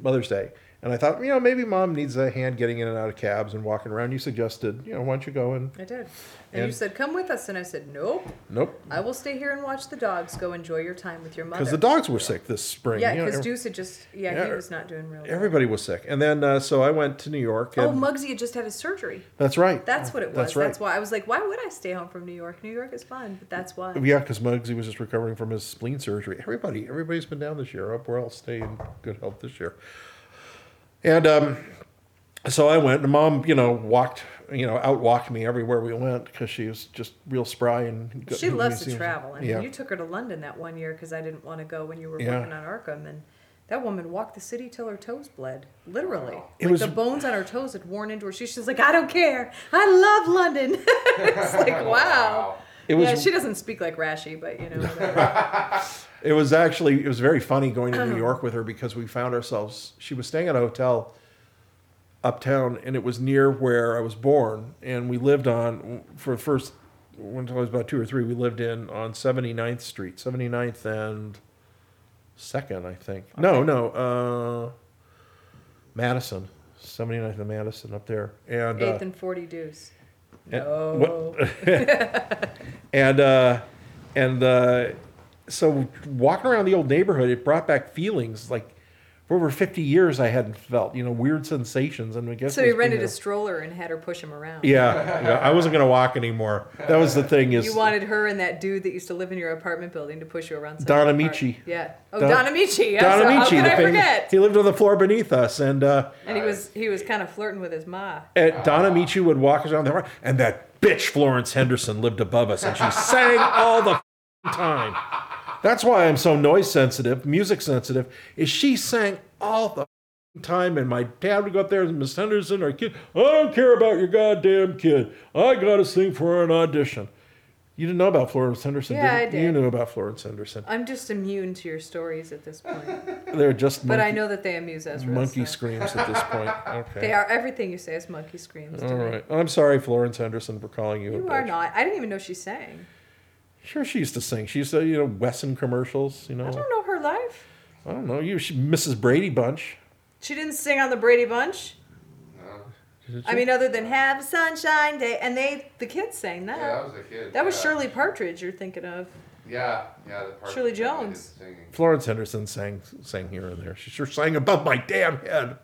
Mother's Day. And I thought, you know, maybe mom needs a hand getting in and out of cabs and walking around. You suggested, you know, why don't you go and
I did. And, you
And-
said, "Come with us," and I said, "Nope.
nope,
I will stay here and watch the dogs go enjoy your time with your mother."
because the dogs were sick this spring.
Yeah,
you know,
because
ev-
Deuce had just yeah, he
Yeah,
was not doing real. well.
everybody was sick. And then uh, so I went to New York. And
Oh, Muggsy had just had his surgery.
That's right.
That's what it was.
That's right.
why I was like, why would I stay home from New York? New York is fun, but that's why.
Yeah, because Muggsy was just recovering from his spleen surgery. Everybody, everybody's been down this year. Up, we're all staying good health this year. And um, so I went, and Mom, you know, walked, you know, out walked me everywhere we went because she was just real spry and. got-
She loves to
museums.
travel. And
yeah,
you took her to London that one year because I didn't want to go when you were
Yeah.
working on Arkham. And that woman walked the city till her toes bled, literally.
It
like
was-
the bones on her toes had worn into her. She, she's like, I don't care. I love London. [LAUGHS] it's like, wow.
It was-
yeah, she doesn't speak like Rashi, but you know.
[LAUGHS]
whatever.
it was actually it was very funny going to New York with her because we found ourselves. She was staying at a hotel uptown, and it was near where I was born, and we lived on for the first until I was about two or three. We lived in on 79th Street, 79th and Second, I think. No, no, uh, Madison, 79th and Madison up there, and uh,
Eighth and 40 deuce.
and-
No.
what- and uh, and uh, so walking around the old neighborhood, it brought back feelings like for over fifty years I hadn't felt. You know, weird sensations, and I guess
[LAUGHS] So
it
he
was being
rented
there.
a stroller and had her push him around.
Yeah, yeah, I wasn't gonna walk anymore. That was the thing. Is
You wanted her and that dude that used to live in your apartment building to push you around. Central
Don
Park.
Amici.
Yeah. Oh,
Don-
Don, Amici. Yeah,
Don
so
Amici,
How
the
could I
famous-
forget?
he lived on the floor beneath us, and uh,
And he was he was kind of flirting with his ma.
and Don Amici would walk us around the floor, and that bitch Florence Henderson lived above us, and she sang all the f***ing time. That's why I'm so noise sensitive, music sensitive. Is she sang all the f***ing time, and my dad would go up there and Miss Henderson, our kid. I don't care about your goddamn kid. I gotta sing for an audition. You didn't know about Florence Henderson,
Yeah, I
did you?
did.
You knew about Florence Henderson.
I'm just immune to your stories at
[LAUGHS]
this point,
They're just
but
monkey,
I know that they amuse Ezra.
monkey
so.
screams at this
[LAUGHS]
point. Okay.
They are everything you say is monkey screams. To
All
me.
right. I'm sorry, Florence Henderson, for calling you. a
You are
bitch.
not. I didn't even know she sang.
Sure, she used to sing. She used to, you know, Wesson commercials. You know,
I don't know her life.
I don't know. You, she, Mrs. Brady Bunch.
She didn't sing on the Brady Bunch.
No.
I mean, other than "Have a Sunshine Day," and they the kids sang that.
Yeah, that was a kid.
that was
yeah.
Shirley Partridge you're thinking of.
Yeah, yeah. The part
Shirley
that they did
Jones.
singing.
Florence Henderson sang sang here and there. She sure sang above my damn head.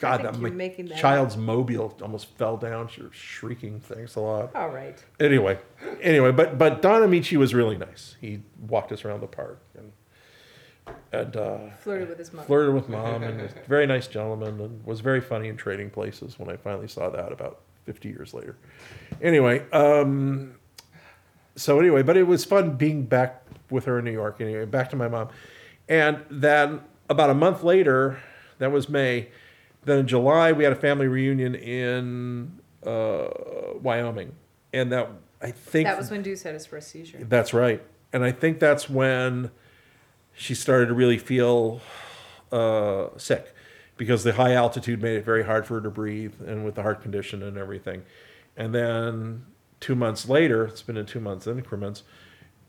God,
think
that,
you're
my
making that
child's mobile almost fell down. She was shrieking. Thanks a lot.
All right.
Anyway, anyway, but but Don Amici was really nice. He walked us around the park and and uh,
Flirted with his mom.
flirted with mom and was a very nice gentleman and was very funny in Trading Places when I finally saw that about 50 years later. Anyway, um, so anyway, but it was fun being back with her in New York. Anyway, back to my mom, and then about a month later, that was May. Then in July, we had a family reunion in uh, Wyoming, and that I think
That was when Deuce had his first seizure.
that's right. And I think that's when she started to really feel uh, sick because the high altitude made it very hard for her to breathe and with the heart condition and everything. And then two months later, it's been in two months increments,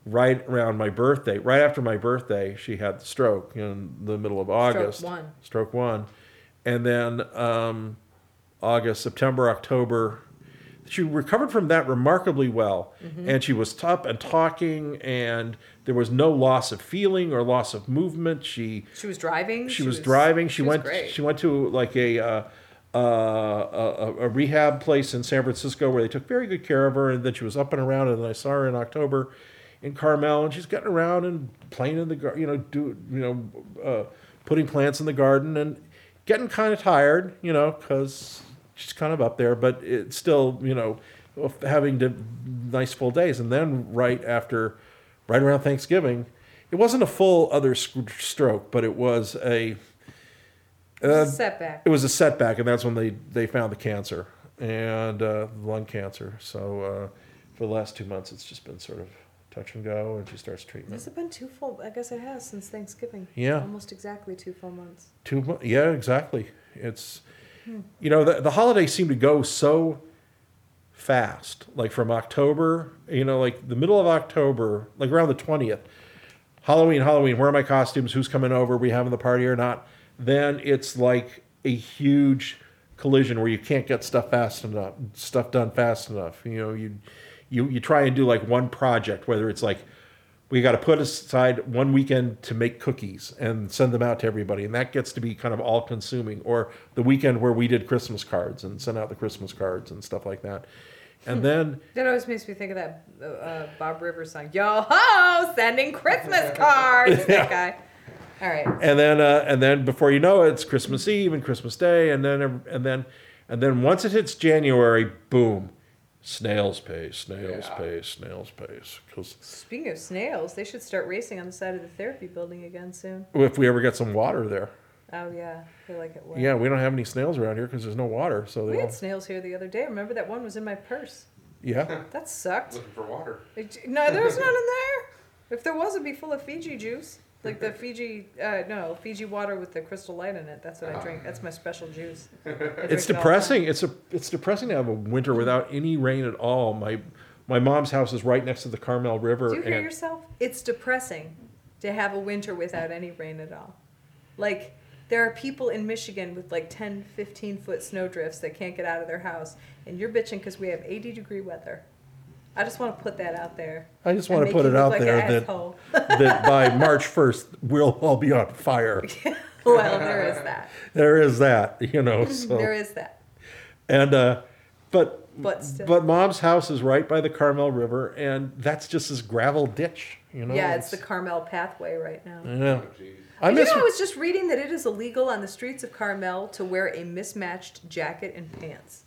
right around my birthday, right after my birthday, she had the stroke in the middle of August.
one.
Stroke one. And then um, August, September, October. She recovered from that remarkably well. And she was up and talking, and there was no loss of feeling or loss of movement. She
She was driving.
she, was, driving. She,
was
went.
great.
She went to like a, uh, uh, a a rehab place in San Francisco where they took very good care of her, and then she was up and around. And then I saw her in October in Carmel, and she's getting around and playing in the gar- you know do you know uh, putting plants in the garden and getting kind of tired, you know, because she's kind of up there, but it's still you know having to nice full days. And then right after, right around Thanksgiving. It wasn't a full other sc- stroke, but it was a uh,
It was a setback.
it was a setback, and that's when they they found the cancer and uh, lung cancer. So uh, for the last two months, it's just been sort of touch and go, and she starts treatment.
Has it been two full? I guess it has since Thanksgiving.
Yeah.
Almost exactly two full months.
Two, mo- yeah, exactly. It's you know the the holidays seem to go so fast, like from October, you know, like the middle of October, like around the twentieth. Halloween, Halloween, where are my costumes? Who's coming over? we having the party or not? Then it's like a huge collision where you can't get stuff fast enough, stuff done fast enough. You know, you you you try and do like one project, whether it's like we got to put aside one weekend to make cookies and send them out to everybody, and that gets to be kind of all consuming. Or the weekend where we did Christmas cards and sent out the Christmas cards and stuff like that. And then
That always makes me think of that uh, uh, Bob Rivers song, "Yo ho,
[LAUGHS]
sending Christmas cards." That guy. All right.
and then uh, and then before you know it, it's Christmas Eve and Christmas Day, and then and then and then once it hits January, boom, snail's pace, snail's
Yeah.
pace, snail's pace. Because
Speaking of snails, they should start racing on the side of the therapy building again soon.
if we ever get some water there,
Oh yeah, they like it wet.
yeah, we don't have any snails around here because there's no water. So they
We had
don't,
snails here the other day. Remember that one was in my purse. [LAUGHS]
yeah,
That sucked.
Looking for water.
It- No, there's none in there. If there was, it'd be full of Fiji juice, like the Fiji. Uh, no, Fiji water with the crystal light in it. That's what I drink. That's my
[LAUGHS]
special juice. I drink
it's
it all the time.
depressing. It's a it's depressing to have a winter without any rain at all. My my mom's house is right next to the Carmel River.
Do you hear
and-
yourself? It's depressing to have a winter without any rain at all. Like, there are people in Michigan with like 10, 15 foot snow drifts that can't get out of their house, and you're bitching because we have 80 degree weather. I just want to put that out there.
I just
and
want to
make
put
you
it
look
out
like
there
an
that,
asshole.
that
[LAUGHS]
by March 1st, we'll all be on fire.
well, there
[LAUGHS]
is that.
there is that, [LAUGHS] you
[LAUGHS]
know.
There
So
is that.
and uh, but
But still.
but mom's house is right by the Carmel River, and that's just this gravel ditch, you know.
yeah, it's the Carmel pathway right now.
yeah.
Oh, jeez.
Mm. I
Did you
miss
know I was just reading that it is illegal on the streets of Carmel to wear a mismatched jacket and pants.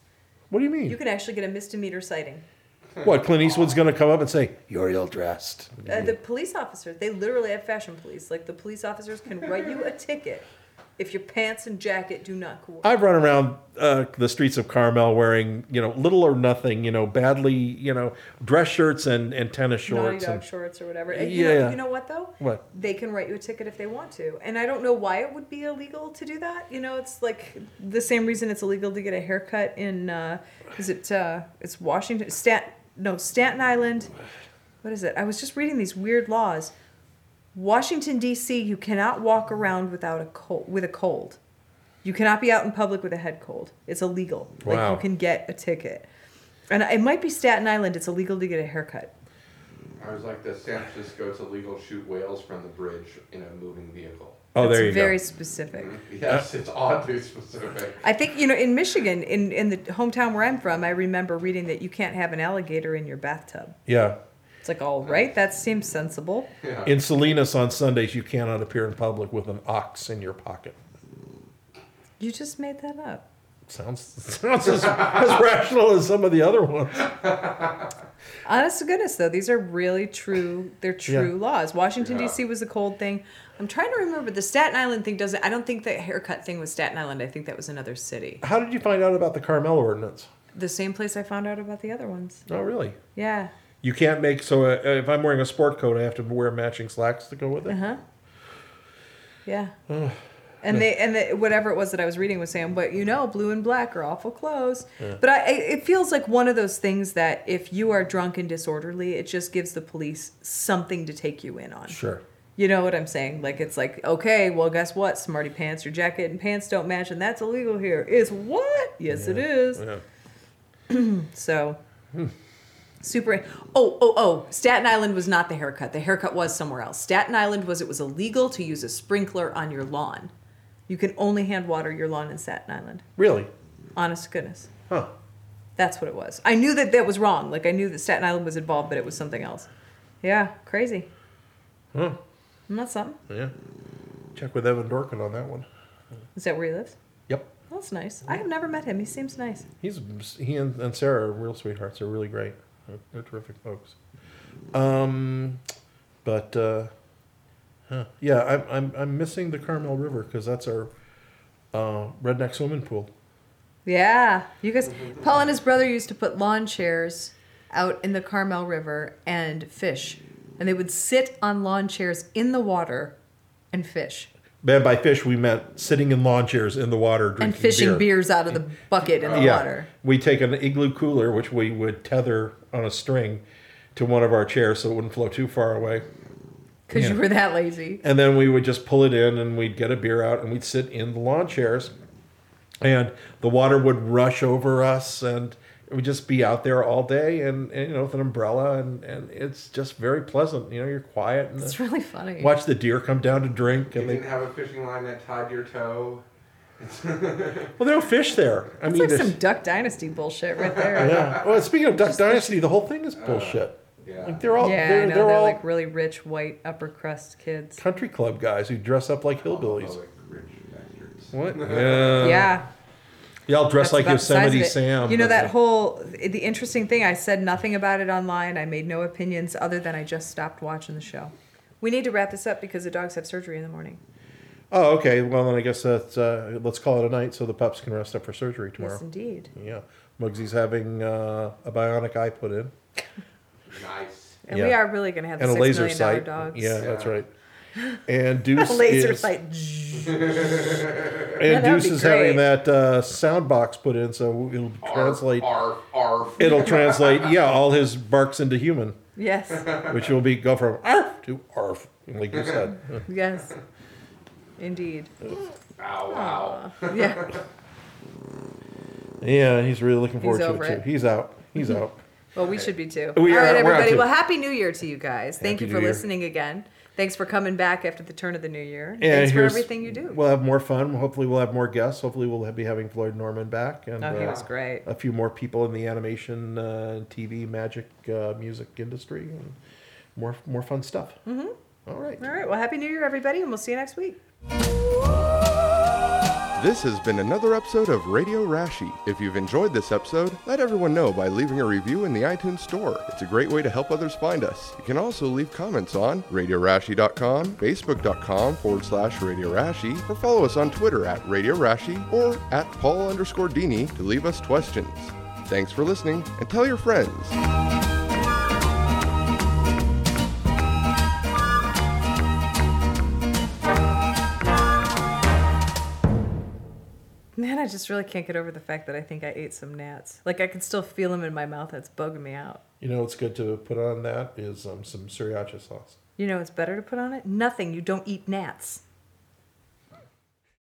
what do you mean?
You can actually get a misdemeanor citing.
what Clint Eastwood's going to come up and say you're ill dressed? [LAUGHS]
Uh, the police officers, they literally have fashion police. Like the police officers can write you a ticket If your pants and jacket do not cooperate.
I've run around uh, the streets of Carmel wearing, you know, little or nothing, you know, badly, you know, dress shirts and, and tennis
Naughty
shorts.
dog
And,
shorts or whatever. And you know-
Yeah.
you know what though?
what?
they can write you a ticket if they want to. And I don't know why it would be illegal to do that. You know, it's like the same reason it's illegal to get a haircut in uh is it uh it's Washington Stat no, Staten Island. What is it? I was just reading these weird laws. Washington DC, you cannot walk around without a cold with a cold. You cannot be out in public with a head cold. It's illegal.
Wow.
Like you can get a ticket. And it might be Staten Island, it's illegal to get a haircut.
I was like the San Francisco, it's illegal to shoot whales from the bridge in a moving vehicle.
Oh,
It's
there you
very
go.
specific.
[LAUGHS] Yes, it's oddly specific.
I think you know in Michigan, in in the hometown where I'm from, I remember reading that you can't have an alligator in your bathtub.
Yeah.
It's like, all right, that seems sensible.
Yeah.
In Salinas on Sundays, you cannot appear in public with an ox in your pocket.
You just made that up.
Sounds [LAUGHS] sounds as, as rational as some of the other ones.
Honest to goodness, though, these are really true. They're true laws. Washington
Yeah.
D.C. was the cold thing. I'm trying to remember the Staten Island thing. Doesn't I don't think the haircut thing was Staten Island. I think that was another city.
How did you find out about the Carmel ordinance?
The same place I found out about the other ones.
Oh, really?
Yeah.
You can't make so uh, if I'm wearing a sport coat, I have to wear matching slacks to go with it.
Uh huh. Yeah.
Uh,
and they and the, whatever it was that I was reading was saying, but you know, blue and black are awful clothes. But I, I, it feels like one of those things that if you are drunk and disorderly, it just gives the police something to take you in on.
Sure.
You know what I'm saying? Like it's like, okay, well, guess what? Smarty pants, your jacket and pants don't match, and that's illegal here. It's what? Yes, it is.
Yeah.
So. Super. Oh, oh, oh. Staten Island was not the haircut. The haircut was somewhere else. Staten Island was it was illegal to use a sprinkler on your lawn. You can only hand water your lawn in Staten Island.
Really?
Honest to goodness.
Huh.
That's what it was. I knew that that was wrong. Like, I knew that Staten Island was involved, but it was something else. Yeah, crazy.
Huh.
Isn't that something?
Yeah. Check with Evan Dorkin on that one.
Is that where he lives?
Yep.
That's nice. I have never met him. He seems nice.
He's he and, and Sarah are real sweethearts. They're really great. They're, they're terrific folks. Um, but uh, huh. yeah, I'm, I'm I'm missing the Carmel River because that's our uh, redneck swimming pool.
Yeah, you guys. Paul and his brother used to put lawn chairs out in the Carmel River and fish, and they would sit on lawn chairs in the water and fish
Man, by fish we meant sitting in lawn chairs in the water drinking
and fishing
beer.
beers out of the bucket in the
yeah.
water.
We take an igloo cooler, which we would tether on a string to one of our chairs so it wouldn't float too far away.
Because
Yeah.
you were that lazy.
And then we would just pull it in and we'd get a beer out and we'd sit in the lawn chairs. And the water would rush over us and we'd just be out there all day and, and, you know, with an umbrella. And, and it's just very pleasant. You know, you're quiet and
It's
the,
really funny.
watch the deer come down to drink.
You
And they,
didn't have a fishing line that tied your toe.
well, there are fish there. I
It's
mean,
like
there's-
some Duck Dynasty bullshit right there.
[LAUGHS] yeah. Well, speaking of Duck Dynasty, the whole thing is bullshit.
Yeah.
Like they're all
yeah,
they're,
I know.
they're
They're,
all
like really rich, white, upper crust kids.
country club guys who dress up like hillbillies.
Like rich bastards.
What? Yeah.
yeah.
They all dress
That's
like
about the size of
Yosemite
it.
Sam.
You know
but
that
they-
whole the interesting thing. I said nothing about it online. I made no opinions other than I just stopped watching the show. We need to wrap this up because the dogs have surgery in the morning.
Oh, okay. Well, then I guess that's uh, let's call it a night so the pups can rest up for surgery tomorrow.
Yes, indeed.
Yeah, Muggsy's having uh, a bionic eye put in [LAUGHS]
Nice.
And
Yeah.
we are really going to have the
and a
six
laser
million dollar
sight.
dogs. [LAUGHS]
Yeah,
Yeah.
that's right. And Deuce
laser
is,
sight.
and
that would
Deuce
be
is having
great.
that uh, sound box put in, so it'll translate.
Arf, arf, arf.
It'll translate. Yeah, all his barks into human, [LAUGHS]
Yes,
which will be go from arf to arf, like you
[LAUGHS]
said.
yes, indeed.
Bow wow.
Yeah.
Yeah, he's really looking forward to
over
it,
it.
too. He's out. He's out.
Well, we should be too.
We
All
are-
right,
we're out
everybody.
too.
Well, happy New Year to you guys. Thank
Happy
you
New
for
Year.
listening again. Thanks for coming back after the turn of the new year.
Yeah,
Thanks for
here's-
everything you do.
We'll have more fun. Hopefully, we'll have more guests. Hopefully, we'll be having Floyd Norman back and
oh, he
uh,
was great.
a few more people in the animation, uh, TV, magic, uh, music industry, and more more fun stuff. Mm-hmm. All right.
All right. Well, happy New Year, everybody, and we'll see you next week.
This has been another episode of Radio Rashi. If you've enjoyed this episode, let everyone know by leaving a review in the iTunes store. It's a great way to help others find us. You can also leave comments on radiorashi.com, facebook.com forward slash Radio Rashi, or follow us on Twitter at Radio Rashi or at Paul underscore Dini to leave us questions. Thanks for listening and tell your friends.
Man, I just really can't get over the fact that I think I ate some gnats. Like I can still feel them in my mouth. That's bugging me out.
You know what's good to put on that is um, some sriracha sauce.
You know what's better to put on it? Nothing. You don't eat gnats.